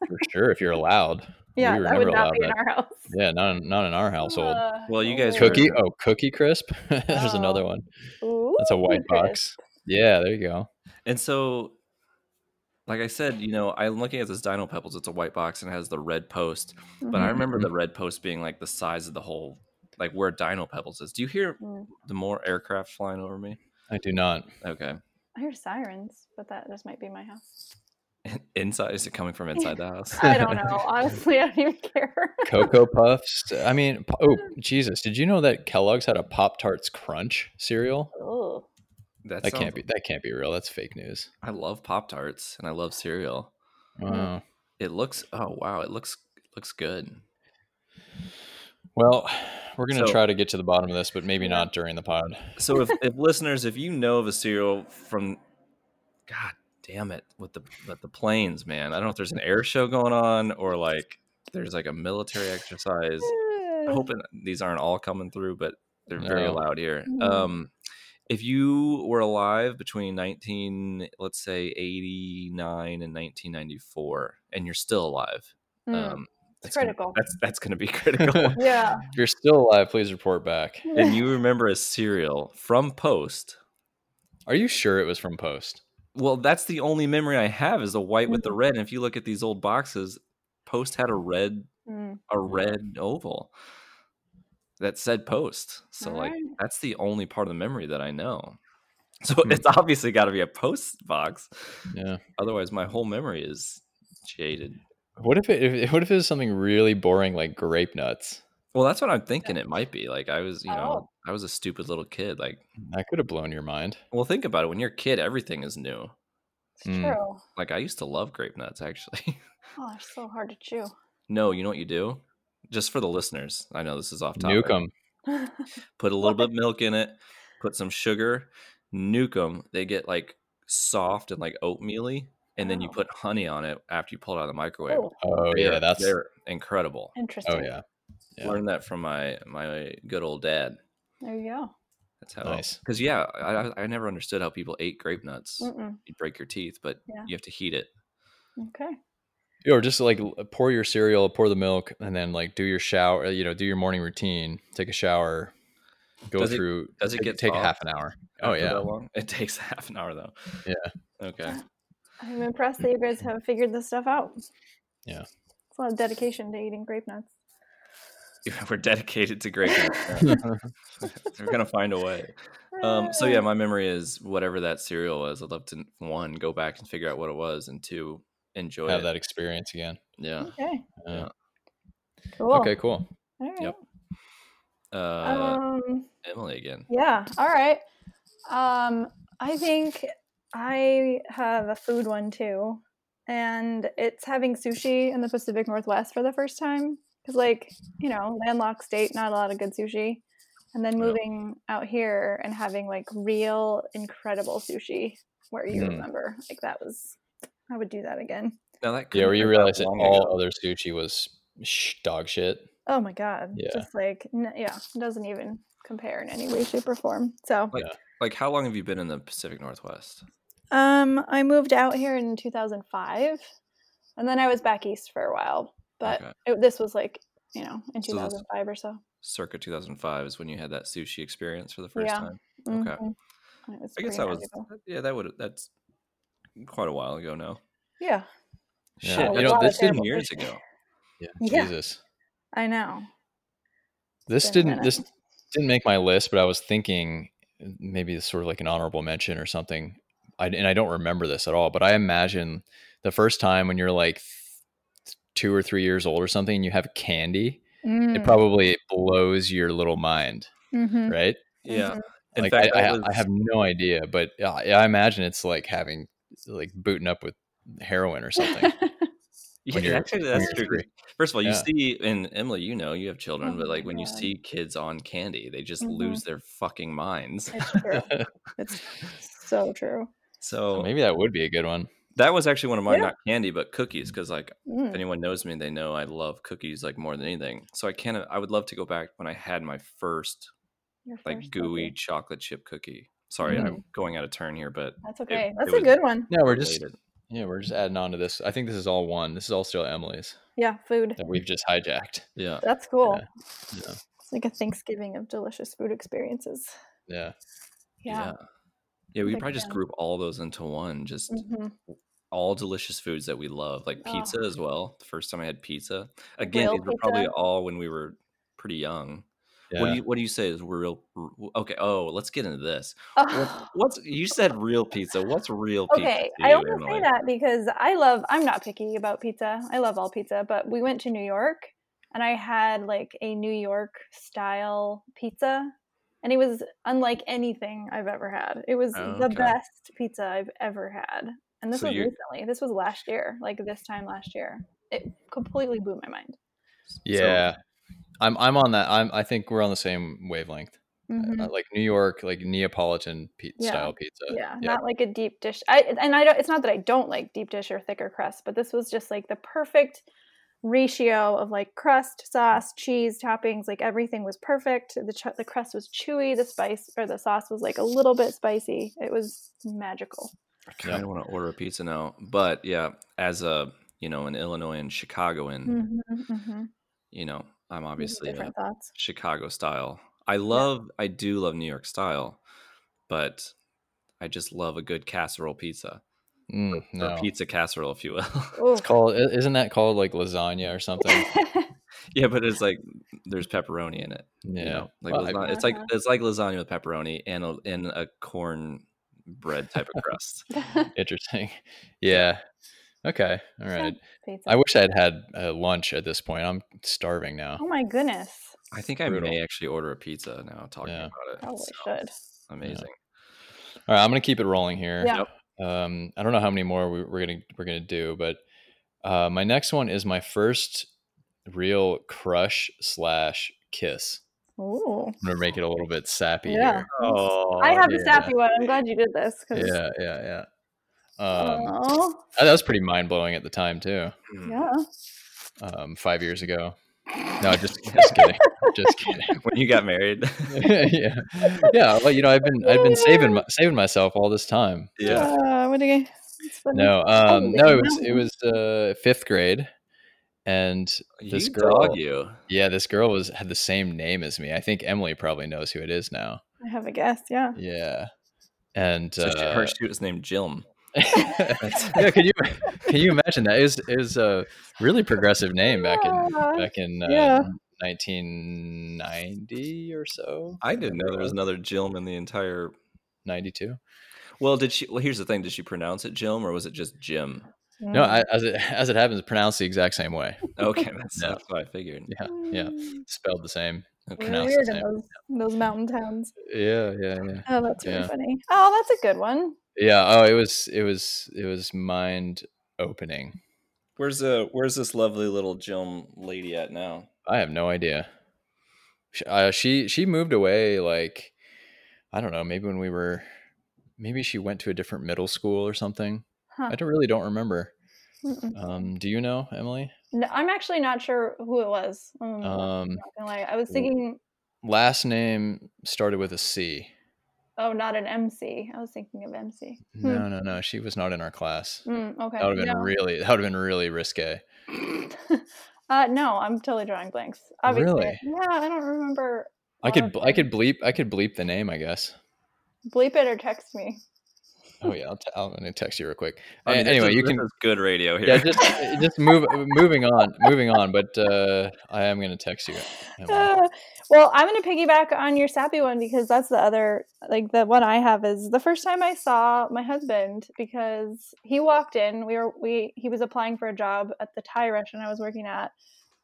Speaker 1: For
Speaker 2: [LAUGHS]
Speaker 1: sure, if you're allowed.
Speaker 3: Hmm. yeah,
Speaker 1: we were
Speaker 3: that
Speaker 1: never
Speaker 3: would not
Speaker 1: allowed
Speaker 3: be in
Speaker 1: that.
Speaker 3: our house.
Speaker 1: Yeah, not in, not in our household.
Speaker 3: Uh,
Speaker 2: Well, you guys
Speaker 3: oh.
Speaker 1: cookie. Oh, Cookie Crisp. [LAUGHS] There's another
Speaker 3: Oh.
Speaker 1: one.
Speaker 3: Ooh,
Speaker 1: That's a white
Speaker 3: Chris.
Speaker 1: box. Yeah, there you go.
Speaker 2: and so, like I said, you know, I'm looking at this Dino Pebbles. It's a white box and it has the red post.
Speaker 3: Mm-hmm.
Speaker 2: But I
Speaker 1: Mhm.
Speaker 2: remember the red post being like the size of the whole, like where Dino Pebbles is. Do you hear
Speaker 3: Mhm. Mm.
Speaker 2: the more aircraft flying over me?
Speaker 1: I do not.
Speaker 2: Okay. [LAUGHS]
Speaker 3: I hear sirens, but that just might be my
Speaker 1: [LAUGHS]
Speaker 3: house.
Speaker 2: Inside is it coming from inside
Speaker 3: [LAUGHS]
Speaker 2: the house?
Speaker 3: I don't know. Honestly, I don't even
Speaker 1: [LAUGHS]
Speaker 3: care.
Speaker 1: Cocoa Puffs. I mean, po- oh Jesus! Did you know that Kellogg's had a Pop Tarts Crunch cereal?
Speaker 3: Ooh.
Speaker 2: [LAUGHS] That,
Speaker 1: That
Speaker 2: sounds-
Speaker 1: can't be. That can't be real. That's fake news.
Speaker 2: I love Pop Tarts and I love cereal.
Speaker 3: Mm.
Speaker 1: Wow.
Speaker 2: It looks oh wow, it looks looks good.
Speaker 1: Well, we're going to
Speaker 2: So-
Speaker 1: try to get to the bottom of this, but maybe
Speaker 3: Yeah.
Speaker 1: not during the
Speaker 2: [LAUGHS]
Speaker 1: pod. [LAUGHS]
Speaker 2: So if, if listeners, if you know of a cereal from God damn it with the with the planes, man. I don't know if there's an air show going on or like there's like a military exercise. I'm hoping these aren't all coming through, but they're very
Speaker 1: No.
Speaker 2: loud here.
Speaker 3: Mhm.
Speaker 2: Um, if you were alive between 19, let's say 89 and 1994, and you're still alive,
Speaker 3: Mm.
Speaker 2: um,
Speaker 3: It's
Speaker 2: that's gonna-
Speaker 3: critical.
Speaker 2: that's that's going to be [LAUGHS]
Speaker 3: [LAUGHS]
Speaker 2: critical.
Speaker 3: yeah.
Speaker 1: If you're still alive, please report back.
Speaker 2: and you remember a cereal from Post.
Speaker 1: Are you sure it was from Post?
Speaker 2: Well, that's the only memory I have is the white with the
Speaker 3: Mm-hmm.
Speaker 2: red. And if you look at these old boxes, Post had a red
Speaker 3: Mm.
Speaker 2: a red oval that said post. So like
Speaker 3: Alright.
Speaker 2: that's the only part of the memory that I know. [LAUGHS] So
Speaker 1: Hmm.
Speaker 2: it's obviously got to be a post box.
Speaker 1: Yeah.
Speaker 2: Otherwise, my whole memory is jaded.
Speaker 1: What if it? If, what if it was something really boring like grape nuts?
Speaker 2: Well, that's what I'm thinking. It might be like I was, you know,
Speaker 3: Oh.
Speaker 2: I was a stupid little kid. Like,
Speaker 1: That could have blown your mind.
Speaker 2: well, think about it. When you're a kid, everything is new.
Speaker 3: It's
Speaker 1: Mm.
Speaker 3: true.
Speaker 2: Like I used to love grape nuts. Actually, [LAUGHS]
Speaker 3: Oh, they're so hard to chew. [LAUGHS]
Speaker 2: no, you know what you do? Just for the listeners, I know this is off topic.
Speaker 1: Nukem.
Speaker 2: put a little bit of milk in it, put some sugar, nuke them. They get like soft and like oatmeally, and then you
Speaker 3: Wow.
Speaker 2: put honey on it after you pull it out of the microwave.
Speaker 3: oh,
Speaker 1: Oh
Speaker 2: They are-
Speaker 1: yeah, that's.
Speaker 2: they're incredible.
Speaker 3: interesting.
Speaker 1: Oh yeah. Yeah.
Speaker 2: Learned that from my my good old dad.
Speaker 3: There you go.
Speaker 2: That's how.
Speaker 1: Nice.
Speaker 2: Because yeah, I, I I never understood how people ate grape nuts.
Speaker 3: Mm-mm.
Speaker 2: You break your teeth, but
Speaker 3: Yeah.
Speaker 2: you have to heat it.
Speaker 3: Okay.
Speaker 1: Or just like l- pour your cereal, pour the milk, and then like do your shower. You know, do your morning routine. Take a shower. Go
Speaker 2: Does it-
Speaker 1: through.
Speaker 2: does it
Speaker 1: take-
Speaker 2: get
Speaker 1: take
Speaker 2: soft
Speaker 1: half an hour? Oh
Speaker 2: after
Speaker 1: yeah.
Speaker 2: that long? it takes [LAUGHS] half an hour though. Yeah. Okay. [LAUGHS]
Speaker 3: I'm impressed that you guys have figured this stuff out.
Speaker 1: Yeah.
Speaker 3: It's a lot of dedication to eating grape nuts.
Speaker 2: We're dedicated to grape [LAUGHS] nuts. Yeah. We're gonna find a way. Um, so yeah, my memory is whatever that cereal was. I'd love to one go back and figure out what it was, and two
Speaker 1: [LAUGHS]
Speaker 2: enjoy [LAUGHS]
Speaker 1: Have
Speaker 2: it.
Speaker 1: that experience again.
Speaker 2: uh, Yeah.
Speaker 3: Okay.
Speaker 1: Yeah.
Speaker 3: Cool.
Speaker 1: Okay. Cool.
Speaker 3: All right.
Speaker 2: Yep. Uh,
Speaker 3: Um,
Speaker 2: Emily again.
Speaker 3: yeah. All right. Um, I think I have a food one too. and it's having sushi in the Pacific Northwest for the first time. Because, like, you know, landlocked state, not a lot of good sushi. And then
Speaker 2: Yeah.
Speaker 3: moving out here and having like real incredible sushi where you
Speaker 1: Mm.
Speaker 3: remember, like, that was, I would do that again.
Speaker 2: Now that
Speaker 1: Yeah,
Speaker 2: couldn't
Speaker 1: where you
Speaker 2: have been that
Speaker 1: realize that
Speaker 2: long
Speaker 1: all
Speaker 2: ago.
Speaker 1: other sushi was sh- dog shit.
Speaker 3: Oh my God.
Speaker 1: Yeah.
Speaker 3: Just like, n- yeah, it doesn't even compare in any way, shape, or form. So,
Speaker 2: Like, how long have you been in the Pacific Northwest?
Speaker 3: um, I moved out here in 2005 and then I was back east for a while, but
Speaker 2: Okay.
Speaker 3: it, this was like, you know, in
Speaker 2: So that's-
Speaker 3: 2005 or so.
Speaker 2: Circa 2005 is when you had that sushi experience for the first
Speaker 3: Yeah.
Speaker 2: time. Okay.
Speaker 3: Mhm. And It was
Speaker 2: I guess
Speaker 3: pretty
Speaker 2: that was
Speaker 3: magical.
Speaker 2: yeah, that would that's quite a while ago now.
Speaker 3: Yeah.
Speaker 1: Yeah.
Speaker 2: Shit,
Speaker 1: You
Speaker 2: that's
Speaker 1: know,
Speaker 2: like
Speaker 1: this
Speaker 2: ten
Speaker 3: terrible
Speaker 2: years
Speaker 1: [LAUGHS]
Speaker 3: picture.
Speaker 2: ago.
Speaker 1: Yeah,
Speaker 3: Yeah.
Speaker 1: Jesus.
Speaker 3: I know.
Speaker 1: This
Speaker 3: been a
Speaker 1: didn't
Speaker 3: minute.
Speaker 1: this didn't make my list, but I was thinking uh, maybe it's sort of like an honorable mention or something. I, and I don't remember this at all, but I imagine the first time when you're like th- two or three years old or something, and you have candy, it
Speaker 3: Mm,
Speaker 1: probably blows your little mind,
Speaker 3: mhm,
Speaker 1: right?
Speaker 2: [LAUGHS] Yeah.
Speaker 3: mhm.
Speaker 2: In
Speaker 1: like
Speaker 2: fact,
Speaker 1: I,
Speaker 2: that
Speaker 1: I, I
Speaker 2: was-
Speaker 1: have no idea, but uh, I imagine it's like having like booting up with heroin or
Speaker 2: [LAUGHS]
Speaker 3: mm-hmm.
Speaker 1: something.
Speaker 2: Yeah,
Speaker 1: when you're-
Speaker 2: actually,
Speaker 1: when
Speaker 2: that's
Speaker 1: you're
Speaker 2: true.
Speaker 1: three.
Speaker 2: 'cause First of all, you
Speaker 1: Yeah.
Speaker 2: see, and Emily, you know, you have children,
Speaker 3: Oh
Speaker 2: but
Speaker 3: my
Speaker 2: like when you
Speaker 3: God.
Speaker 2: see kids on candy, they just
Speaker 3: Mhm.
Speaker 2: lose their fucking minds.
Speaker 3: [LAUGHS] It's
Speaker 2: [LAUGHS]
Speaker 3: true. It's so true.
Speaker 2: So
Speaker 1: Maybe that would be a good one.
Speaker 2: that was actually one of mine,
Speaker 3: Yeah.
Speaker 2: not candy, but
Speaker 1: Mm-hmm.
Speaker 2: cookies, because like if
Speaker 3: Mm.
Speaker 2: anyone knows me, they know I love cookies like more than anything. So I can't. I would love to go back when I had my first
Speaker 3: Your
Speaker 2: like
Speaker 3: first
Speaker 2: gooey
Speaker 3: cookie.
Speaker 2: chocolate chip cookie. Sorry,
Speaker 3: Mm-hmm.
Speaker 2: I'm going out of turn here, but
Speaker 3: That's okay. That's
Speaker 2: it
Speaker 3: a
Speaker 2: was-
Speaker 3: good one.
Speaker 1: No, we're just
Speaker 2: related.
Speaker 1: yeah, we're just adding on to this. I think this is all one. This is all still Emily's
Speaker 3: Yeah, food.
Speaker 1: that we've just hijacked.
Speaker 2: yeah.
Speaker 3: That's cool.
Speaker 1: Yeah. Yeah.
Speaker 3: It's like a Thanksgiving of delicious food experiences.
Speaker 1: Yeah.
Speaker 3: Yeah.
Speaker 2: Yeah, we
Speaker 3: Like
Speaker 2: could probably just
Speaker 3: them.
Speaker 2: group all those into one. Just
Speaker 3: Mhm.
Speaker 2: all delicious foods that we love, like
Speaker 3: Oh.
Speaker 2: pizza as well. The first time I had pizza, again,
Speaker 3: Real
Speaker 2: these were probably
Speaker 3: pizza?
Speaker 2: all when we were pretty young.
Speaker 1: Yeah.
Speaker 2: What do you What do you say is real? r- Okay, oh, let's get into
Speaker 3: [LAUGHS]
Speaker 2: this. What's,
Speaker 3: Oh,
Speaker 2: what's you said real pizza? What's real pizza?
Speaker 3: Okay,
Speaker 2: to
Speaker 3: I
Speaker 2: you,
Speaker 3: only say
Speaker 2: Emily?
Speaker 3: that because I love. I'm not picky about pizza. I love all pizza, but we went to New York, and I had like a New York style pizza, and it was unlike anything I've ever had. It was
Speaker 2: Oh,
Speaker 3: the
Speaker 2: okay.
Speaker 3: best pizza I've ever had, and this
Speaker 2: So
Speaker 3: was
Speaker 2: you-
Speaker 3: recently. This was last year, like this time last year. It completely blew my mind.
Speaker 1: Yeah. I'm I'm on that. I'm I think we're on the same wavelength.
Speaker 2: Oh,
Speaker 3: Mhm.
Speaker 1: Uh, like New York, like Neapolitan pe-
Speaker 3: Yeah.
Speaker 1: style pizza.
Speaker 3: yeah,
Speaker 1: yeah.
Speaker 3: not like a deep dish. I and I don't. It's not that I don't like deep dish or thicker crust, but this was just like the perfect ratio of like crust, sauce, cheese, toppings. Like everything was perfect. The ch- the crust was chewy. The spice or the sauce was like a little bit spicy. It was magical.
Speaker 2: I
Speaker 1: Mm,
Speaker 2: kind of want to order a pizza now, but yeah, as a you know an Illinois and Chicagoan,
Speaker 3: Mm-hmm,
Speaker 1: Mm-hmm,
Speaker 2: you know I'm obviously a
Speaker 3: different thoughts.
Speaker 2: Chicago style. I love, I do love New York style, but I just love a good casserole pizza
Speaker 1: Mm,
Speaker 2: or
Speaker 1: no.
Speaker 2: pizza casserole, if you will. [LAUGHS]
Speaker 3: Ooh.
Speaker 1: It's
Speaker 3: [LAUGHS]
Speaker 1: called i- isn't that called like lasagna or something?
Speaker 2: yeah, but it's like there's pepperoni in it.
Speaker 1: Yeah.
Speaker 2: you know? like
Speaker 1: Well, I- [LAUGHS]
Speaker 2: lasagna, it's like
Speaker 3: Uh-huh.
Speaker 2: it's like lasagna with pepperoni and a, and a corn bread type of crust.
Speaker 1: Interesting. [LAUGHS] Yeah. Okay. All right.
Speaker 3: Pizza.
Speaker 1: I wish I'd had uh, lunch at this point. I'm starving now.
Speaker 3: oh my goodness!
Speaker 2: I think I
Speaker 1: Brutal.
Speaker 2: may actually order a pizza now. Talking
Speaker 1: Yeah.
Speaker 2: about it,
Speaker 3: Probably
Speaker 2: It
Speaker 3: should.
Speaker 2: sounds amazing.
Speaker 1: All right, I'm gonna keep it rolling here.
Speaker 3: Yeah.
Speaker 1: Um, I don't know how many more we, we're gonna we're gonna do, but uh, my next one is my first real crush slash kiss.
Speaker 3: Ooh.
Speaker 1: I'm gonna make it a little bit sappy
Speaker 3: Yeah.
Speaker 1: here.
Speaker 2: Oh,
Speaker 3: I have a
Speaker 1: yeah.
Speaker 3: sappy one. I'm glad you did this. 'cause- Oh.
Speaker 1: Yeah, yeah, yeah. Um,
Speaker 3: Aw.
Speaker 1: that was pretty mind blowing at the time too.
Speaker 2: Mm.
Speaker 3: yeah.
Speaker 1: Um, five years ago. [LAUGHS] No, just just kidding, just kidding.
Speaker 2: [LAUGHS]
Speaker 1: [LAUGHS]
Speaker 2: When you got married,
Speaker 1: yeah, yeah. Well, you know, I've been I've been saving
Speaker 3: [LAUGHS]
Speaker 1: my, saving myself all this time.
Speaker 2: yeah.
Speaker 3: Uh, what do you? It's funny.
Speaker 1: No, um,
Speaker 3: Oh,
Speaker 1: no, it was
Speaker 3: no.
Speaker 1: it was uh, fifth grade, and This
Speaker 2: you
Speaker 1: girl-
Speaker 2: dog you.
Speaker 1: yeah, this girl was had the same name as me. I think Emily probably knows who it is now.
Speaker 3: I have a guess. Yeah.
Speaker 1: Yeah, and
Speaker 2: So she,
Speaker 1: uh,
Speaker 2: her shoot was named Jilm.
Speaker 1: [LAUGHS] yeah, can you can you imagine that? It was, it was a really progressive name back in
Speaker 3: Yeah.
Speaker 1: back in uh,
Speaker 3: Yeah.
Speaker 1: 1990 or so.
Speaker 2: I didn't know there was another Jilm in the entire.
Speaker 1: 92.
Speaker 2: Well, did she? Well, here's the thing: did she pronounce it Jilm or was it just Jim?
Speaker 3: Mm.
Speaker 1: No,
Speaker 3: hmm.
Speaker 1: I, as it as it happens, pronounced the exact same way.
Speaker 2: [LAUGHS] Okay, that's,
Speaker 1: Yeah.
Speaker 2: that's what I figured.
Speaker 1: Yeah, yeah, spelled the same.
Speaker 2: Okay.
Speaker 3: We're
Speaker 1: pronounced
Speaker 3: weird
Speaker 1: the
Speaker 3: in
Speaker 1: same.
Speaker 3: those, those mountain towns.
Speaker 1: Yeah, yeah, yeah.
Speaker 3: Oh, that's really
Speaker 1: Yeah.
Speaker 3: funny. Oh, that's a good one.
Speaker 1: Yeah. Oh, it was it was it was mind opening.
Speaker 2: Where's uh Where's this lovely little gym lady at now?
Speaker 1: I have no idea. She, uh, she she moved away like I don't know, maybe when we were maybe she went to a different middle school or something.
Speaker 3: Huh.
Speaker 1: I don't really don't remember.
Speaker 3: Mm-mm.
Speaker 1: Um, do you know, Emily?
Speaker 3: No, I'm actually not sure who it was. Mm,
Speaker 1: Um,
Speaker 3: not gonna lie. I was
Speaker 1: w-
Speaker 3: thinking,
Speaker 1: Last name started with a C.
Speaker 3: oh, not an MC. I was thinking of MC. Hmm.
Speaker 1: No, no, no. She was not in our class.
Speaker 3: Mm, okay.
Speaker 1: That
Speaker 2: Uh,
Speaker 1: would have been
Speaker 3: no.
Speaker 1: really that would have been really risque.
Speaker 3: uh, no, I'm totally drawing blanks. Obviously.
Speaker 1: Really?
Speaker 3: Yeah, I don't remember.
Speaker 1: I could I
Speaker 2: Oh,
Speaker 3: Honestly.
Speaker 1: could bleep I could bleep the name, I guess.
Speaker 3: Bleep it or text me.
Speaker 1: Oh yeah, I'll t- I'm gonna text you real quick.
Speaker 2: I mean,
Speaker 1: A-
Speaker 2: this
Speaker 1: anyway,
Speaker 2: is-
Speaker 1: you
Speaker 2: this
Speaker 1: can
Speaker 2: is good radio Oh, here.
Speaker 1: yeah just uh, just move moving on moving on. But uh, I am gonna text you. [LAUGHS] Emily.
Speaker 3: Uh, [LAUGHS] well, I'm going to piggyback on your sappy one because that's the other, like the one I have is the first time I saw my husband because he walked in. We were we he was applying for a job at the Thai restaurant I was working at,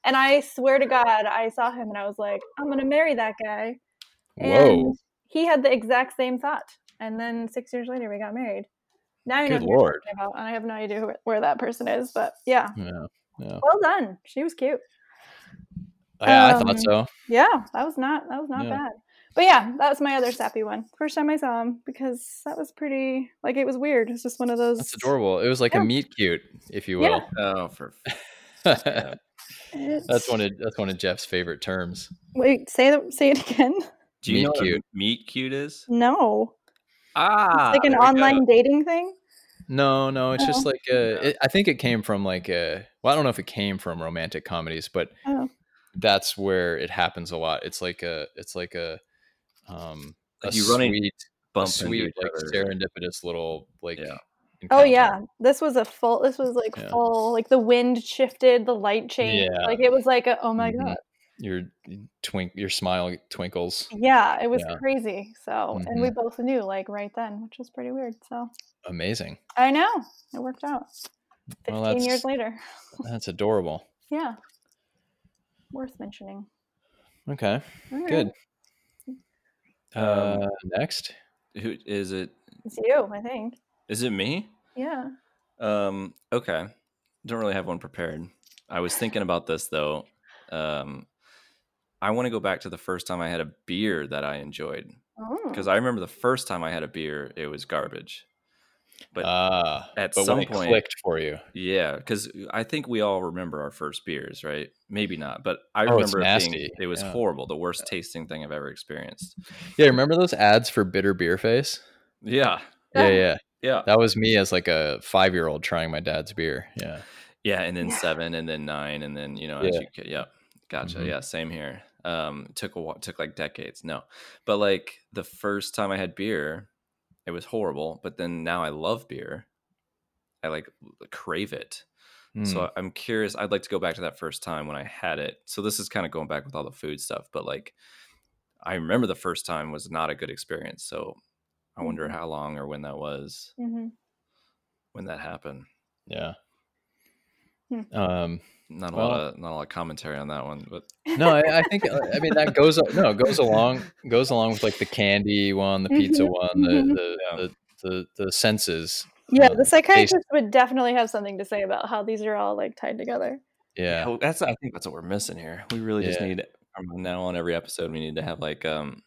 Speaker 3: and I swear to God, I saw him and I was like, I'm going to marry that guy.
Speaker 1: Whoa.
Speaker 3: And he had the exact same thought, and then six years later we got married. Now I know
Speaker 1: Good
Speaker 3: who you're
Speaker 1: lord.
Speaker 3: talking about, and I have no idea who, where that person is, but yeah,
Speaker 1: Yeah, yeah.
Speaker 3: well done. She was cute.
Speaker 1: Yeah, I
Speaker 3: um,
Speaker 1: thought so.
Speaker 3: Yeah, that was not that was not
Speaker 1: Yeah.
Speaker 3: bad. But yeah, that was my other sappy one. First time I saw him because that was pretty like it was weird. It's just one of those.
Speaker 1: That's adorable. It was like
Speaker 3: Yeah.
Speaker 1: a meet cute, if you
Speaker 3: Yeah.
Speaker 1: will.
Speaker 2: Oh, for [LAUGHS]
Speaker 1: [LAUGHS] that's one of that's one of Jeff's favorite terms.
Speaker 3: Wait, say the, say it [LAUGHS] again.
Speaker 2: do you
Speaker 1: Meet
Speaker 2: know what
Speaker 1: cute.
Speaker 2: meat cute is?
Speaker 3: No,
Speaker 2: Ah,
Speaker 3: like an
Speaker 2: there we go.
Speaker 3: online dating thing.
Speaker 1: No, no, it's just
Speaker 3: Oh.
Speaker 1: like a, it, I think it came from like a. Well, I don't know if it came from romantic comedies, but
Speaker 3: Oh.
Speaker 1: that's where it happens a lot. It's like a. It's like a. Um, a
Speaker 2: Like you run into
Speaker 1: sweet, a
Speaker 2: Bump into
Speaker 1: sweet,
Speaker 2: each
Speaker 1: like
Speaker 2: other.
Speaker 1: serendipitous little like.
Speaker 2: Yeah.
Speaker 3: Oh
Speaker 1: encounter.
Speaker 3: yeah, this was a full. This was like
Speaker 1: Yeah.
Speaker 3: full. Like the wind shifted, the light changed.
Speaker 1: Yeah.
Speaker 3: Like it was like a, oh my
Speaker 1: Mhm.
Speaker 3: god.
Speaker 1: Your twink, your smile
Speaker 2: [LAUGHS]
Speaker 1: twinkles.
Speaker 3: Yeah, it was
Speaker 1: Yeah. Mm-hmm.
Speaker 3: crazy. So, and we both knew like right then, which was pretty weird. So
Speaker 1: Amazing.
Speaker 3: I know it worked out. Fifteen
Speaker 1: Well,
Speaker 3: years
Speaker 1: that's-
Speaker 3: later.
Speaker 1: That's adorable.
Speaker 3: Yeah. Worth mentioning.
Speaker 1: Okay,
Speaker 3: All right.
Speaker 1: good.
Speaker 2: Um,
Speaker 1: Uh, next.
Speaker 2: Who is it?
Speaker 3: It's you, I think.
Speaker 2: Is it me?
Speaker 3: Yeah.
Speaker 2: Um, okay. Don't really have one prepared. I was thinking about this though. Um, I want to go back to the first time I had a beer that I enjoyed
Speaker 3: Oh,
Speaker 2: because I remember the first time I had a beer, it was garbage. But
Speaker 1: Ah,
Speaker 2: at
Speaker 1: but
Speaker 2: some
Speaker 1: when it
Speaker 2: point-
Speaker 1: clicked for you,
Speaker 2: yeah, because I think we all remember our first beers, right? Maybe not, but I
Speaker 1: Oh, it's
Speaker 2: remember it being
Speaker 1: nasty.
Speaker 2: it was
Speaker 1: Yeah.
Speaker 2: horrible, the worst tasting thing I've ever experienced.
Speaker 1: yeah. Remember those ads for Bitter Beer Face?
Speaker 2: Yeah,
Speaker 1: Yeah,
Speaker 3: Yeah.
Speaker 1: yeah.
Speaker 2: yeah,
Speaker 1: That was me as like a five year old trying my dad's beer. Yeah.
Speaker 2: yeah, and then
Speaker 3: Yeah.
Speaker 2: seven, and then nine, and then you know, as
Speaker 1: Yeah.
Speaker 2: you get, yeah, gotcha,
Speaker 1: Mhm.
Speaker 2: yeah, same here. Um, took a while, took like decades, no, but like the first time I had beer, it was horrible. But then now I love beer, I like crave it.
Speaker 1: Hmm, Mm.
Speaker 2: So I'm curious. I'd like to go back to that first time when I had it. So this is kind of going back with all the food stuff, but like I remember the first time was not a good experience. So I wonder
Speaker 3: Mhm.
Speaker 1: Mm-hmm.
Speaker 2: how long or when that was
Speaker 3: Mm-hmm.
Speaker 2: when that happened.
Speaker 1: yeah.
Speaker 3: Hmm.
Speaker 1: Um,
Speaker 2: Not a lot
Speaker 1: Well-
Speaker 2: of not a lot of commentary on that one, but
Speaker 1: no, I, I think uh, I mean that goes no it goes along goes along with like the candy one, the pizza
Speaker 3: Mhm,
Speaker 1: one, the
Speaker 3: mhm.
Speaker 1: the,
Speaker 2: Mm-hmm. Yeah.
Speaker 1: the the the senses.
Speaker 3: [LAUGHS] Yeah,
Speaker 1: um,
Speaker 3: the
Speaker 1: taste-
Speaker 3: psychiatrist would definitely have something to say about how these are all like tied together.
Speaker 1: Yeah,
Speaker 2: Oh, that's I think that's what we're missing here. We really just
Speaker 1: Yeah.
Speaker 2: need from now on every episode we need to have like um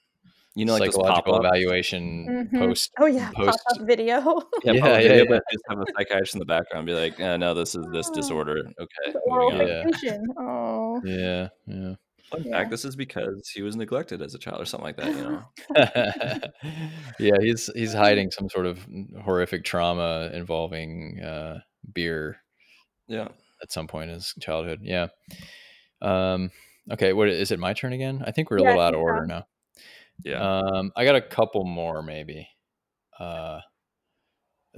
Speaker 2: you know like those
Speaker 1: psychological
Speaker 2: pop-ups?
Speaker 1: evaluation
Speaker 3: Mhm.
Speaker 1: post.
Speaker 3: Oh yeah,
Speaker 1: post-
Speaker 3: pop-up video.
Speaker 2: [LAUGHS]
Speaker 3: [LAUGHS]
Speaker 2: Yeah,
Speaker 1: Yeah,
Speaker 2: probably,
Speaker 1: yeah,
Speaker 2: yeah,
Speaker 1: yeah. Ah,
Speaker 2: but just have a psychiatrist in the background be like, uh, no, this is this
Speaker 3: Oh.
Speaker 1: [LAUGHS]
Speaker 2: disorder. Okay.
Speaker 3: The
Speaker 2: moving
Speaker 3: oral
Speaker 2: on.
Speaker 1: Yeah.
Speaker 3: fixation. Oh.
Speaker 1: Yeah, yeah.
Speaker 2: Fun
Speaker 3: Yeah.
Speaker 2: fact: This is because he was neglected as a child, or something like that. You
Speaker 1: [LAUGHS]
Speaker 2: know,
Speaker 1: [LAUGHS] yeah, he's he's hiding some sort of horrific trauma involving uh, beer
Speaker 2: yeah.
Speaker 1: at some point in his childhood. Yeah. Um, okay, what is it? My turn again? I think we're a
Speaker 3: Yeah, I
Speaker 1: little out of
Speaker 3: think
Speaker 1: order
Speaker 3: so.
Speaker 1: now.
Speaker 2: Yeah.
Speaker 1: Um, I got a couple more maybe. Uh,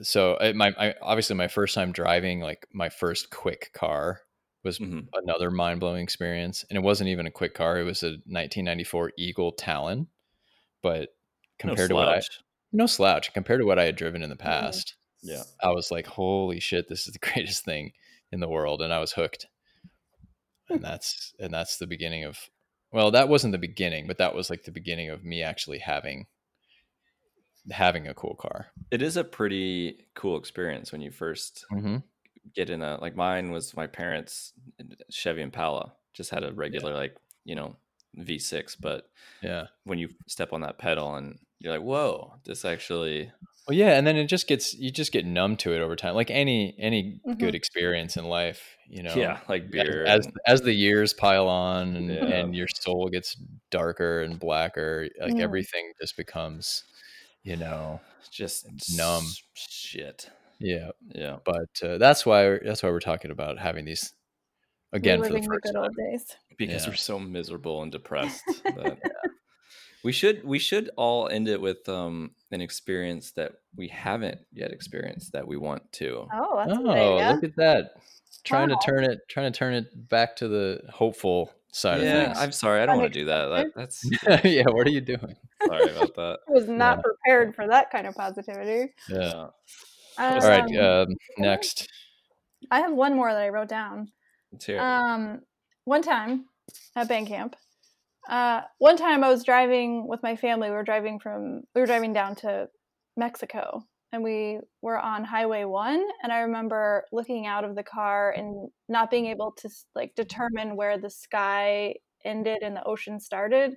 Speaker 1: so I, my I, obviously my first time driving like my first quick car was
Speaker 2: Mhm.
Speaker 1: another mind blowing experience, and it wasn't even a quick car. It was a 1994 Eagle Talon, but compared to what I
Speaker 2: slouch. Mm-hmm.
Speaker 1: no slouch compared to what I had driven in the past.
Speaker 2: Yeah.
Speaker 1: I was like, holy shit, this is the [LAUGHS] greatest thing in the world. And I was hooked.
Speaker 2: [LAUGHS]
Speaker 1: And that's and that's the beginning of well, that wasn't the beginning, but that was like the beginning of me actually having having a cool car.
Speaker 2: Mm-hmm. it is a pretty cool experience when you first get in a like mine was my parents Chevy Impala just had a regular like you know V6, but
Speaker 1: Yeah.
Speaker 2: when you step on that pedal and you're like, whoa, this actually
Speaker 1: Well, yeah, and then it just gets you just get numb to it over time. Like any any
Speaker 3: Mhm.
Speaker 1: good experience in life, you know.
Speaker 2: Mm-hmm. yeah like
Speaker 1: as-
Speaker 2: beer
Speaker 1: As
Speaker 2: and-
Speaker 1: as the years pile on and,
Speaker 2: Yeah.
Speaker 1: and your soul gets darker and blacker, like
Speaker 3: Mm.
Speaker 1: everything just becomes, you know,
Speaker 2: just
Speaker 1: numb.
Speaker 2: s- Shit.
Speaker 1: yeah.
Speaker 2: Yeah.
Speaker 1: But uh, that's why that's why we're talking about having these again for the
Speaker 3: Reliving the
Speaker 1: first
Speaker 3: good
Speaker 1: time.
Speaker 3: old days.
Speaker 2: Because
Speaker 1: Yeah.
Speaker 2: we're so miserable
Speaker 1: [LAUGHS]
Speaker 2: and depressed. that- We should we should all end it with um an experience that we haven't yet experienced that we want to.
Speaker 3: Oh, that's a good
Speaker 1: oh,
Speaker 3: idea.
Speaker 1: look at that! Trying
Speaker 3: Wow.
Speaker 1: to turn it, trying to turn it back to the hopeful side
Speaker 2: yeah, I'm
Speaker 1: of
Speaker 2: sorry. I don't want to do that. that. That's
Speaker 1: things. [LAUGHS] yeah, what are you doing?
Speaker 2: sorry about that.
Speaker 3: I was not
Speaker 1: Yeah.
Speaker 3: prepared for that kind of positivity.
Speaker 1: [LAUGHS] Yeah.
Speaker 2: Yeah. uh,
Speaker 1: All right. Um,
Speaker 3: Um,
Speaker 1: next.
Speaker 3: I have one more that I wrote down.
Speaker 2: Let's hear it.
Speaker 3: Um, one time at band camp, uh, one time I was driving with my family. We were driving from we were driving down to Mexico, and we were on Highway One. And I remember looking out of the car and not being able to like determine where the sky ended and the ocean started.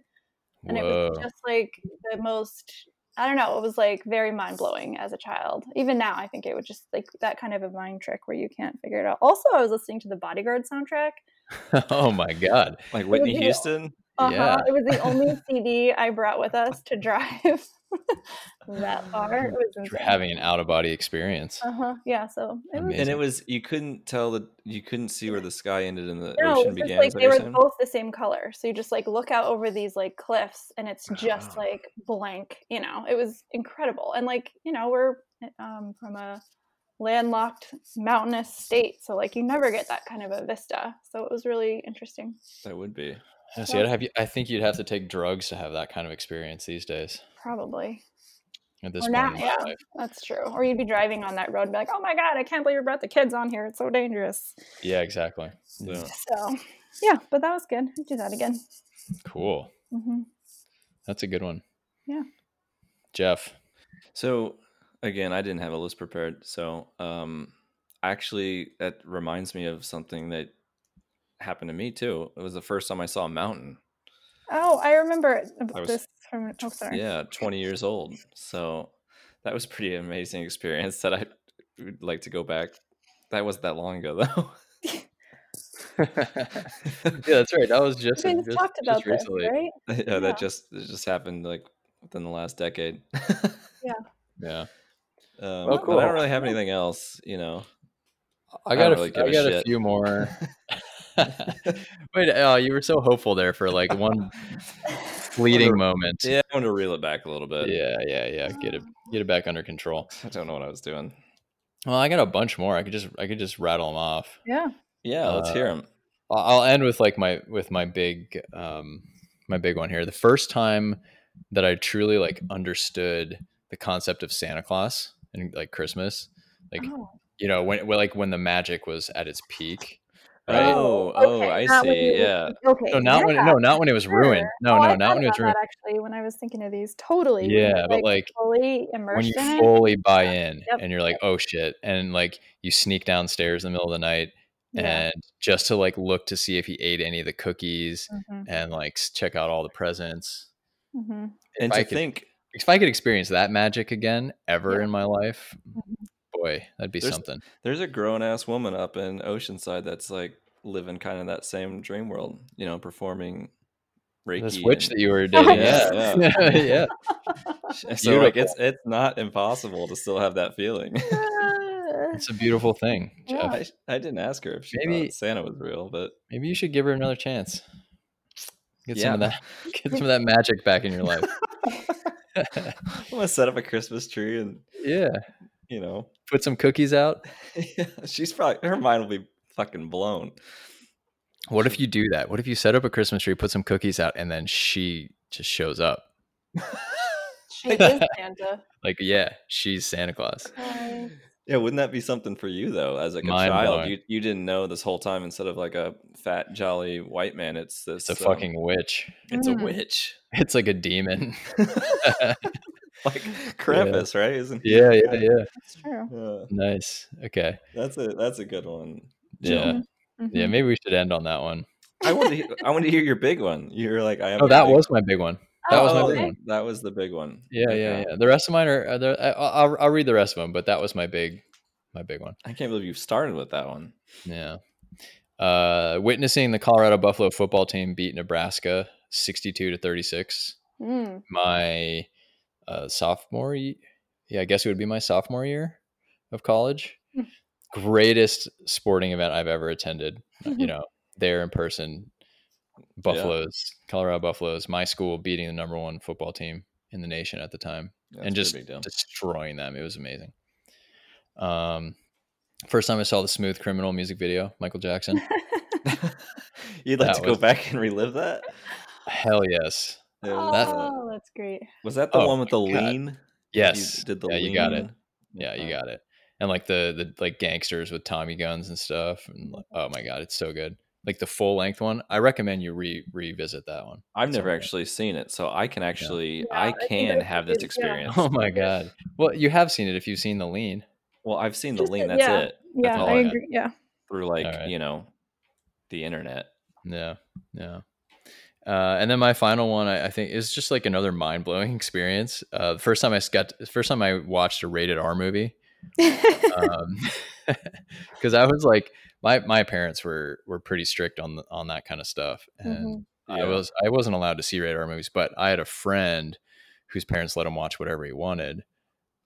Speaker 3: And it
Speaker 1: Whoa.
Speaker 3: was just like the most. I don't know. It was like very mind blowing as a child. Even now, I think it would just like that kind of a mind trick where you can't figure it out. Also, I was listening to the Bodyguard soundtrack,
Speaker 1: [LAUGHS] oh my god.
Speaker 3: [LAUGHS]
Speaker 2: Like
Speaker 3: would
Speaker 2: Whitney
Speaker 3: be-
Speaker 2: Houston.
Speaker 3: uh-huh.
Speaker 1: Yeah.
Speaker 3: It was the
Speaker 2: [LAUGHS]
Speaker 3: only CD I brought with us to drive [LAUGHS] that far. It was
Speaker 1: You're
Speaker 3: insane.
Speaker 1: having an out of body experience.
Speaker 3: uh-huh. Yeah, so it was
Speaker 1: Amazing.
Speaker 2: And it was you couldn't tell the you couldn't see where the sky ended and the
Speaker 3: no,
Speaker 2: ocean
Speaker 3: it was just
Speaker 2: began.
Speaker 3: like
Speaker 2: is that
Speaker 3: they
Speaker 2: what
Speaker 3: were
Speaker 2: you're saying?
Speaker 3: both the same color. So you just like look out over these like cliffs and it's just
Speaker 2: Wow.
Speaker 3: like blank, you know. It was incredible. And like, you know, we're um from a landlocked mountainous state. So like you never get that kind of a vista. So it was really interesting.
Speaker 2: That would be.
Speaker 1: Yeah, see, I'd have you, I think you'd have to take drugs to have that kind of experience these days.
Speaker 3: Probably.
Speaker 1: At this point
Speaker 3: Or not,
Speaker 1: in my
Speaker 3: yeah.
Speaker 1: life.
Speaker 3: That's true. Or you'd be driving on that road and be like, oh my God, I can't believe you brought the kids on here. It's so dangerous.
Speaker 1: Yeah, exactly.
Speaker 2: Yeah.
Speaker 3: So, yeah, but that was good. I'd do that again.
Speaker 1: Cool.
Speaker 3: hmm
Speaker 1: That's a good one.
Speaker 3: Yeah.
Speaker 1: Jeff.
Speaker 2: So again, I didn't have a list prepared. So um actually that reminds me of something that happened to me too. It was the first time I saw a mountain.
Speaker 3: Oh, I remember it- about
Speaker 2: was-
Speaker 3: this from. Oh, sorry.
Speaker 2: Yeah, 20 years old. So that was pretty amazing experience that I would like to go back. That wasn't that long ago [LAUGHS] though.
Speaker 1: [LAUGHS] yeah, that's right. That was just,
Speaker 3: we
Speaker 1: just,
Speaker 3: just, talked
Speaker 1: just
Speaker 3: about this,
Speaker 1: recently.
Speaker 3: right?
Speaker 2: yeah,
Speaker 3: Yeah.
Speaker 2: that just it just happened like within the last decade. [LAUGHS]
Speaker 1: Yeah. Well,
Speaker 2: Um, but I
Speaker 1: Oh, cool.
Speaker 2: don't really have anything else, you know.
Speaker 1: I
Speaker 2: don't
Speaker 1: got, a
Speaker 2: really
Speaker 1: f-
Speaker 2: give
Speaker 1: I
Speaker 2: a
Speaker 1: got a
Speaker 2: shit.
Speaker 1: few more. [LAUGHS] Wait, oh, you were so hopeful there for like one fleeting moment.
Speaker 2: Yeah, I want to reel it back a little bit.
Speaker 1: yeah, yeah, yeah. Get it, get it back under control.
Speaker 2: I don't know what I was doing.
Speaker 1: Well, I got a bunch more. I could just, I could just rattle them off.
Speaker 3: Yeah.
Speaker 2: Yeah, let's hear
Speaker 1: Uh,
Speaker 2: him.
Speaker 1: I- I'll end with like my with my big um my big one here. The first time that I truly like understood the concept of Santa Claus and like Christmas, like
Speaker 3: oh.
Speaker 1: you know when when- like when the magic was at its peak. Right?
Speaker 2: Oh, oh,
Speaker 3: okay,
Speaker 2: I
Speaker 3: not when
Speaker 2: see.
Speaker 3: you-
Speaker 2: Yeah.
Speaker 3: Okay.
Speaker 1: no, not when
Speaker 3: yeah,
Speaker 1: no, not when it was
Speaker 3: sure.
Speaker 1: ruined. No,
Speaker 3: Oh, I
Speaker 1: no, not
Speaker 3: thought
Speaker 1: when it was
Speaker 3: about
Speaker 1: ruined.
Speaker 3: that actually when I was thinking of these. Totally. when
Speaker 1: Yeah,
Speaker 3: you're,
Speaker 1: but like
Speaker 3: fully
Speaker 1: when
Speaker 3: immersed
Speaker 1: you
Speaker 3: in it.
Speaker 1: fully buy in
Speaker 3: Yep.
Speaker 1: and you're like, oh shit, and like you sneak downstairs in the middle of the night
Speaker 3: Yeah.
Speaker 1: and just to like look to see if he ate any of the cookies
Speaker 3: Mhm,
Speaker 1: and like s- check out all the presents. [LAUGHS]
Speaker 3: mhm.
Speaker 1: If
Speaker 2: And
Speaker 1: I
Speaker 2: to
Speaker 1: could
Speaker 2: think
Speaker 1: if I could experience that magic again ever
Speaker 3: Yeah.
Speaker 1: in my life,
Speaker 3: [LAUGHS] Mhm.
Speaker 1: boy, that'd be
Speaker 2: There's-
Speaker 1: something.
Speaker 2: there's a grown ass woman up in Oceanside that's like living kind of that same dream world, you know, performing Reiki.
Speaker 1: This witch that
Speaker 2: and-
Speaker 1: you
Speaker 2: [LAUGHS]
Speaker 1: were dating, yeah,
Speaker 2: yeah,
Speaker 1: [LAUGHS] yeah.
Speaker 2: [LAUGHS] so like
Speaker 1: Beautiful.
Speaker 2: it's it's not impossible to still have that feeling. [LAUGHS]
Speaker 3: Ah.
Speaker 1: It's a beautiful thing,
Speaker 3: Yeah.
Speaker 1: Jeff.
Speaker 2: I, I didn't ask her if she
Speaker 1: Maybe-
Speaker 2: thought Santa was real, but [LAUGHS]
Speaker 1: Maybe you should give her another chance. Get some of
Speaker 2: Yeah.
Speaker 1: that, [LAUGHS] get some of that magic back in your [LAUGHS] life.
Speaker 2: I'm gonna set up a Christmas tree and
Speaker 1: yeah,
Speaker 2: you know, [LAUGHS]
Speaker 1: put some cookies out.
Speaker 2: she's probably her mind will be fucking blown.
Speaker 1: What if you do that? What if you set up a Christmas tree, put some cookies out, and then she just shows up?
Speaker 3: She is
Speaker 1: [LAUGHS]
Speaker 3: Santa.
Speaker 1: Like, yeah, she's Santa Claus.
Speaker 3: Um,
Speaker 2: Yeah, wouldn't that be something for you though? As like a
Speaker 1: Mind
Speaker 2: child,
Speaker 1: blowing.
Speaker 2: you, you didn't know this whole time. Instead of like a fat jolly white man, it's this
Speaker 1: It's a [LAUGHS]
Speaker 2: um,
Speaker 1: fucking witch.
Speaker 2: it's a
Speaker 3: Mm.
Speaker 2: [LAUGHS] witch.
Speaker 1: It's like a demon.
Speaker 2: [LAUGHS] like Krampus, right? Isn't
Speaker 1: [LAUGHS]
Speaker 2: he?
Speaker 1: Yeah, yeah, yeah.
Speaker 3: That's true.
Speaker 2: Yeah.
Speaker 1: Nice. Okay.
Speaker 2: That's a that's a good one.
Speaker 1: Yeah.
Speaker 3: Mhm. Mhm.
Speaker 1: Yeah, maybe we should end on that one.
Speaker 2: I want to hear, I want to hear your big one. You're like I have
Speaker 1: Oh,
Speaker 2: a
Speaker 1: that
Speaker 2: big-
Speaker 1: was my big one. that was my
Speaker 2: Oh,
Speaker 1: big
Speaker 3: Mm-hmm. okay.
Speaker 1: one.
Speaker 2: That was the big one.
Speaker 1: Yeah, yeah,
Speaker 2: Okay.
Speaker 1: yeah. The rest of mine are, are there, I, I'll I'll read the rest of them, but that was my big my big one.
Speaker 2: I can't believe you started with that one.
Speaker 1: Yeah. Uh, witnessing the Colorado Buffalo football team beat Nebraska 62 to 36.
Speaker 3: Mm.
Speaker 1: My uh, sophomore, ye- yeah, I guess it would be my sophomore year of college.
Speaker 3: Mm.
Speaker 1: Greatest sporting event I've ever attended. Uh,
Speaker 2: [LAUGHS]
Speaker 1: You
Speaker 3: [LAUGHS]
Speaker 1: know, there in person, Buffaloes, Colorado Buffaloes, my school beating the number one football team in the nation at the time
Speaker 2: That's
Speaker 1: and
Speaker 2: pretty
Speaker 1: just
Speaker 2: big deal.
Speaker 1: destroying them. It was amazing. Um, first time I saw the Smooth Criminal music video, Michael
Speaker 2: [LAUGHS]
Speaker 1: Jackson.
Speaker 2: You'd like
Speaker 1: that
Speaker 2: to
Speaker 1: was-
Speaker 2: go back and relive that?
Speaker 1: Hell yes,
Speaker 2: It Was, that-
Speaker 3: oh, that's great.
Speaker 2: was that the
Speaker 1: Oh
Speaker 2: one with the
Speaker 1: my God.
Speaker 2: lean?
Speaker 1: yes,
Speaker 2: You did the
Speaker 1: yeah,
Speaker 2: lean?
Speaker 1: you got it. Yeah, you got it. And like the the like gangsters with Tommy guns and stuff. And like, oh my god, it's so good. Like the full length one, I recommend you re revisit that one.
Speaker 2: I've never
Speaker 1: Something.
Speaker 2: actually seen it, so I can actually
Speaker 3: Yeah, I
Speaker 2: I
Speaker 3: think
Speaker 2: can
Speaker 3: that's
Speaker 2: have
Speaker 3: good,
Speaker 2: this
Speaker 3: yeah.
Speaker 2: experience.
Speaker 1: Oh my god. Well, you have seen it if you've seen the lean.
Speaker 2: Well, I've seen the
Speaker 3: Just
Speaker 2: lean.
Speaker 3: that-
Speaker 2: That's
Speaker 3: yeah,
Speaker 2: it
Speaker 3: Yeah,
Speaker 1: all
Speaker 3: I
Speaker 1: I had.
Speaker 3: agree. Yeah.
Speaker 2: through like
Speaker 1: Alright.
Speaker 2: you know the internet.
Speaker 1: Yeah, yeah. Uh, and then my final one, I, I think, is just like another mind blowing [LAUGHS] experience. Uh, the first time I s- got, the first time I watched a rated R movie, [LAUGHS] because I was like, my my parents were were pretty strict on the, on that kind of stuff, and I
Speaker 2: Yeah.
Speaker 1: was I wasn't allowed to see rated R movies, but I had a friend whose parents let him watch whatever he wanted,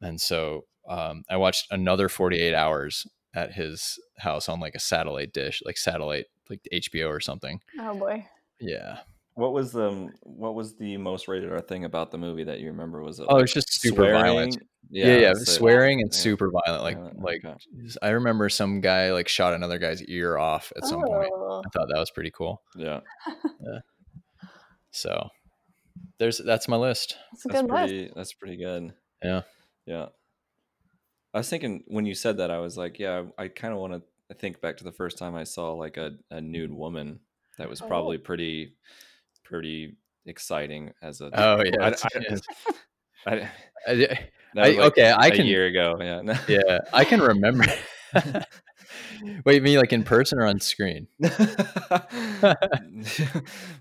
Speaker 1: and so um, I watched another forty eight hours at his house on like a satellite dish, like satellite like HBO or something.
Speaker 3: [LAUGHS] oh boy.
Speaker 1: Yeah.
Speaker 2: What was the um, what was the most rated R thing about the movie that you remember? Was it
Speaker 1: Oh,
Speaker 2: like,
Speaker 1: it's just super violent.
Speaker 2: swearing?
Speaker 1: Yeah, yeah,
Speaker 2: so-
Speaker 1: swearing and
Speaker 2: yeah.
Speaker 1: super violent. Like,
Speaker 2: Violent,
Speaker 1: like
Speaker 2: Uh, okay.
Speaker 1: I remember some guy like shot another guy's ear off [LAUGHS] at some point.
Speaker 3: Oh.
Speaker 1: I thought that was pretty cool.
Speaker 2: yeah,
Speaker 1: So there's that's my list.
Speaker 3: That's a
Speaker 2: that's
Speaker 3: good list.
Speaker 2: pretty that's pretty good.
Speaker 1: Yeah.
Speaker 2: yeah. I was thinking when you said that, I was like, yeah, I, I kind of want to think back to the first time I saw like a, a nude woman that was
Speaker 3: Oh.
Speaker 2: probably pretty pretty exciting as a
Speaker 1: Oh [LAUGHS] yeah,
Speaker 2: I-
Speaker 1: it's-
Speaker 2: [LAUGHS] I- I- that
Speaker 1: I-
Speaker 2: was,
Speaker 1: I-
Speaker 2: like,
Speaker 1: okay, I
Speaker 2: a
Speaker 1: can
Speaker 2: year ago yeah no.
Speaker 1: yeah, I can remember. [LAUGHS] Wait, you mean like in person or on
Speaker 2: [LAUGHS]
Speaker 1: screen?
Speaker 2: [LAUGHS]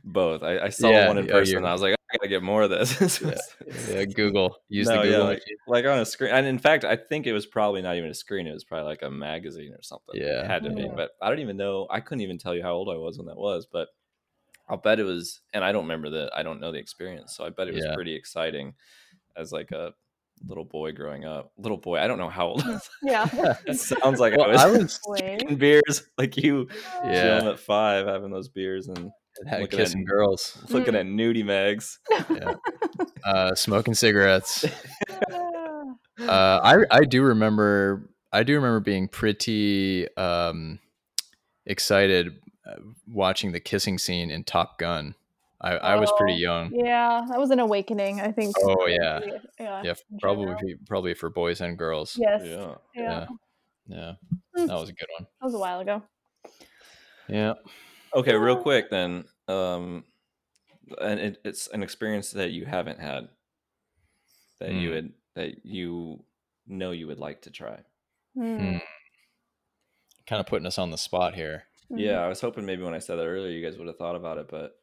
Speaker 2: Both. I, I saw
Speaker 1: Yeah,
Speaker 2: one in
Speaker 1: oh,
Speaker 2: person.
Speaker 1: you're-
Speaker 2: and I was like, I gotta get more of this. [LAUGHS] It's-
Speaker 1: Yeah, Google. Use
Speaker 2: No,
Speaker 1: the
Speaker 2: yeah,
Speaker 1: Google.
Speaker 2: like-
Speaker 1: machine.
Speaker 2: like on a screen. And in fact, I think it was probably not even a screen. It was probably like a magazine or something.
Speaker 1: Yeah.
Speaker 2: It had to be.
Speaker 3: Mm.
Speaker 2: But I don't even know. I couldn't even tell you how old I was when that was. But I'll bet it was. And I don't remember the. I don't know the experience. So I bet it was
Speaker 1: Yeah.
Speaker 2: pretty exciting as like a little boy growing up. Little boy. I don't know how old. [LAUGHS] I was.
Speaker 1: [LAUGHS]
Speaker 3: Yeah.
Speaker 2: it sounds like
Speaker 1: Well,
Speaker 2: I
Speaker 1: I
Speaker 2: [LAUGHS] was.
Speaker 1: was
Speaker 3: Wait.
Speaker 2: drinking Beers like you,
Speaker 1: Yeah.
Speaker 2: chilling at five, having those beers and
Speaker 1: had
Speaker 2: looking
Speaker 1: kissing
Speaker 2: at-
Speaker 1: girls,
Speaker 2: looking
Speaker 3: Mm.
Speaker 2: at nudie mags.
Speaker 1: uh, smoking cigarettes.
Speaker 3: Ah.
Speaker 1: Uh, I I do remember I do remember being pretty um, excited uh, watching the kissing scene in Top Gun. I, I was pretty
Speaker 3: Oh,
Speaker 1: young.
Speaker 3: [LAUGHS] yeah, that was an awakening, I think.
Speaker 1: Oh, yeah.
Speaker 3: Yeah.
Speaker 1: Yeah,
Speaker 3: in
Speaker 1: probably
Speaker 3: general.
Speaker 1: probably for boys and girls.
Speaker 3: Yes. Yeah.
Speaker 2: Yeah.
Speaker 1: yeah, yeah.
Speaker 3: Mm.
Speaker 1: That was a good one.
Speaker 3: That was a while ago.
Speaker 1: Yeah.
Speaker 2: Okay, real
Speaker 3: Yeah.
Speaker 2: quick then. Um, and it, it's an experience that you haven't had that you
Speaker 1: Hmm.
Speaker 2: would that you know you would like to try.
Speaker 3: Mm.
Speaker 1: Kind of putting us on the spot here.
Speaker 3: Mhm.
Speaker 2: Yeah, I was hoping maybe when I said that earlier, you guys would have thought about it, but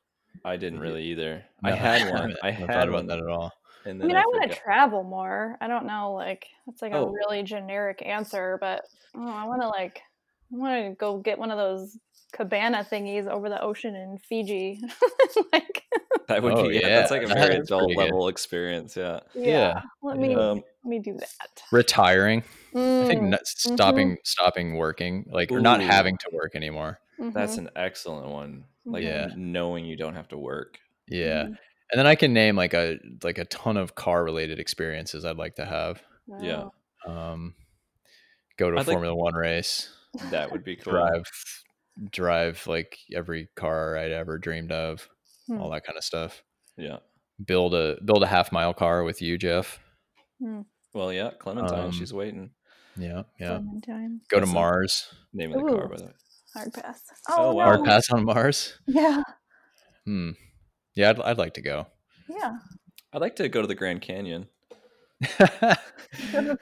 Speaker 2: I didn't
Speaker 1: Yeah.
Speaker 2: really either.
Speaker 1: [LAUGHS]
Speaker 2: I
Speaker 1: No,
Speaker 2: had one.
Speaker 1: haven't-
Speaker 2: I
Speaker 1: haven't
Speaker 2: had
Speaker 1: thought
Speaker 2: one.
Speaker 1: about that at all.
Speaker 2: And
Speaker 3: I
Speaker 2: then
Speaker 3: mean,
Speaker 2: I,
Speaker 3: I want to
Speaker 2: forgot.
Speaker 3: travel more. I don't know, like that's like
Speaker 2: Oh.
Speaker 3: a really generic answer, but oh, I want to like, I want to go get one of those cabana thingies over the ocean in Fiji. [LAUGHS] like,
Speaker 2: [LAUGHS] That would
Speaker 1: Oh,
Speaker 2: be yeah, That's
Speaker 1: yeah.
Speaker 2: like a very
Speaker 1: That's
Speaker 2: adult
Speaker 1: pretty good.
Speaker 2: level experience. Yeah.
Speaker 3: yeah,
Speaker 1: Yeah,
Speaker 3: let me
Speaker 1: yeah.
Speaker 3: let
Speaker 2: Um,
Speaker 3: me do that.
Speaker 1: Retiring. I think
Speaker 3: Mm,
Speaker 1: not stopping stopping working, like or not
Speaker 2: Ooh.
Speaker 1: having to work anymore.
Speaker 2: that's
Speaker 3: mhm.
Speaker 2: an excellent one. Like
Speaker 1: Mm-hmm. Yeah.
Speaker 2: knowing you don't have to work.
Speaker 1: Yeah.
Speaker 3: Mhm.
Speaker 1: And then I can name like a like a ton of car related experiences I'd like to have.
Speaker 2: Yeah.
Speaker 3: Mm-hmm. Wow.
Speaker 1: Um, go to a
Speaker 2: I'd like-
Speaker 1: Formula One race,
Speaker 2: That
Speaker 1: [LAUGHS]
Speaker 2: would be cool.
Speaker 1: drive drive like every car I'd ever dreamed of,
Speaker 3: Hmm.
Speaker 1: all that kind of stuff.
Speaker 2: Yeah.
Speaker 1: Build a build a half mile car with you, Jeff.
Speaker 2: Well, yeah, Clementine,
Speaker 1: Um,
Speaker 2: she's waiting.
Speaker 1: Yeah, yeah.
Speaker 3: Clementine.
Speaker 1: Go to
Speaker 2: That's a-
Speaker 1: Mars.
Speaker 2: Name of the car,
Speaker 3: Ooh.
Speaker 2: by the way.
Speaker 3: Hard pass.
Speaker 2: Oh,
Speaker 3: Oh,
Speaker 2: wow.
Speaker 3: no.
Speaker 1: Hard pass on Mars.
Speaker 3: Yeah.
Speaker 1: Hmm. Yeah, I'd, I'd like to go.
Speaker 2: [LAUGHS]
Speaker 3: Yeah.
Speaker 2: I'd like to go to the Grand Canyon.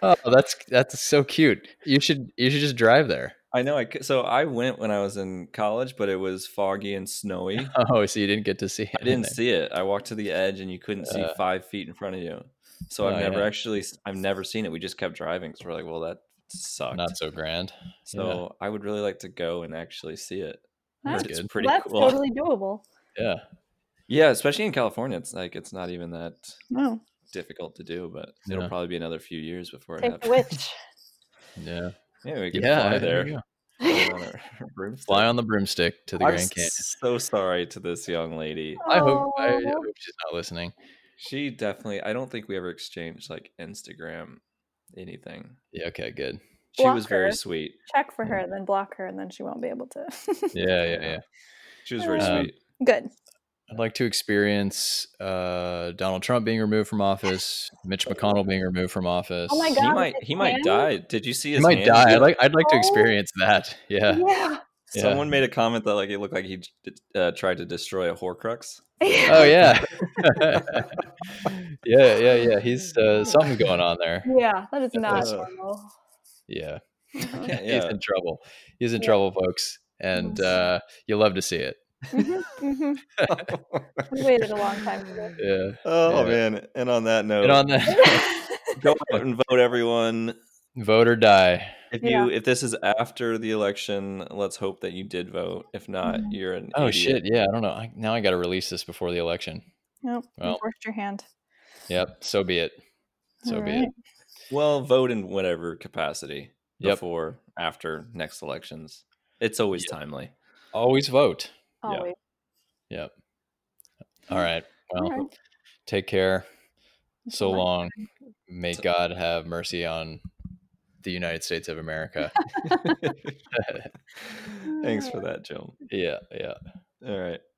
Speaker 1: oh, that's that's so cute. You should you should just drive there. [LAUGHS]
Speaker 2: I know. I c- so I went when I was in college, but it was foggy and
Speaker 1: [LAUGHS]
Speaker 2: snowy.
Speaker 1: Oh, so you didn't get to see
Speaker 2: I didn't see it. I walked to the edge, and you couldn't see
Speaker 1: Uh.
Speaker 2: five feet in front of you. So
Speaker 1: Oh,
Speaker 2: I've never
Speaker 1: yeah.
Speaker 2: actually, s- I've never seen it. We just kept driving because we're like, well, that sucked.
Speaker 1: Not so grand.
Speaker 2: so I would really like to go and actually see it.
Speaker 3: Huh?
Speaker 1: That's
Speaker 2: It's
Speaker 1: good.
Speaker 2: pretty
Speaker 3: That's
Speaker 2: cool.
Speaker 3: totally doable.
Speaker 1: Yeah.
Speaker 2: [LAUGHS] Yeah, especially in California, it's like it's not even that
Speaker 1: [LAUGHS]
Speaker 3: No,
Speaker 2: difficult to do. But it'll
Speaker 1: Yeah.
Speaker 2: probably be another few years before it
Speaker 3: take the
Speaker 2: happens. [LAUGHS]
Speaker 3: witch.
Speaker 1: Yeah.
Speaker 2: Maybe we could
Speaker 1: Yeah.
Speaker 2: fly
Speaker 1: there
Speaker 2: there.
Speaker 1: you go.
Speaker 3: [LAUGHS]
Speaker 2: Go on our- [LAUGHS] our broomstick.
Speaker 1: Fly on the broomstick to the
Speaker 2: I'm
Speaker 1: Grand Canyon.
Speaker 2: so sorry to this young lady.
Speaker 1: I hope I, uh, I
Speaker 3: Aw.
Speaker 1: hope she's not listening.
Speaker 2: She definitely. I don't think we ever exchanged like Instagram anything.
Speaker 1: Yeah, okay, good.
Speaker 2: She was
Speaker 3: Block
Speaker 2: very
Speaker 3: her.
Speaker 2: sweet.
Speaker 3: Check for her, and then block her, and then she won't be able to.
Speaker 1: Yeah, yeah, yeah.
Speaker 2: She was very
Speaker 1: Um,
Speaker 2: sweet.
Speaker 3: [LAUGHS] Good.
Speaker 1: I'd like to experience uh, Donald Trump being removed from office, Mitch McConnell being removed from office.
Speaker 3: Oh my
Speaker 2: He
Speaker 3: God,
Speaker 2: might.
Speaker 3: with
Speaker 2: He
Speaker 3: his
Speaker 2: might
Speaker 3: hand?
Speaker 2: die. Did you see
Speaker 1: He
Speaker 2: his?
Speaker 1: might
Speaker 2: hand?
Speaker 1: die. I'd like I'd like to
Speaker 3: Oh.
Speaker 1: experience that. Yeah.
Speaker 3: Yeah.
Speaker 1: yeah.
Speaker 2: Someone made a comment that like it looked like he d- uh, tried to destroy a
Speaker 1: [LAUGHS]
Speaker 2: Horcrux.
Speaker 3: [LAUGHS]
Speaker 1: Oh yeah. [LAUGHS] yeah, yeah, yeah. He's uh, something going on there.
Speaker 3: Yeah, that is not
Speaker 1: Uh.
Speaker 2: Ugh.
Speaker 3: normal.
Speaker 1: Yeah.
Speaker 3: Mhm.
Speaker 1: He's
Speaker 2: Yeah.
Speaker 1: in trouble. He's in
Speaker 3: Yeah.
Speaker 1: trouble, folks. And
Speaker 3: Yes.
Speaker 1: uh, you love to see it.
Speaker 3: Mhm,
Speaker 1: [LAUGHS]
Speaker 3: mhm. We waited a long time for this. [LAUGHS]
Speaker 1: Yeah.
Speaker 2: oh
Speaker 1: Yeah.
Speaker 2: man! And on that note,
Speaker 1: And on the
Speaker 2: go out and vote, everyone.
Speaker 1: [LAUGHS] vote or die.
Speaker 2: If
Speaker 3: Yeah.
Speaker 2: you if this is after the election, let's hope that you did vote. If not,
Speaker 3: Mhm.
Speaker 2: you're an
Speaker 1: Oh
Speaker 2: idiot.
Speaker 1: shit! Yeah, I don't know. I, now I got to release this before the election.
Speaker 3: Nope, you
Speaker 1: Well.
Speaker 3: forced your hand.
Speaker 1: Yep. So be it. So
Speaker 3: All
Speaker 1: be
Speaker 3: right.
Speaker 1: it.
Speaker 2: Well, vote in whatever capacity
Speaker 1: Yep.
Speaker 2: before, after next elections. It's always timely. [LAUGHS]
Speaker 1: Always vote.
Speaker 3: Always.
Speaker 1: Yep. All right. Well,
Speaker 3: All right.
Speaker 1: take care. So
Speaker 3: Bye.
Speaker 1: long. May God have mercy on the United States of America. [LAUGHS]
Speaker 2: Thanks for that, Joe.
Speaker 1: yeah. Yeah.
Speaker 2: All right.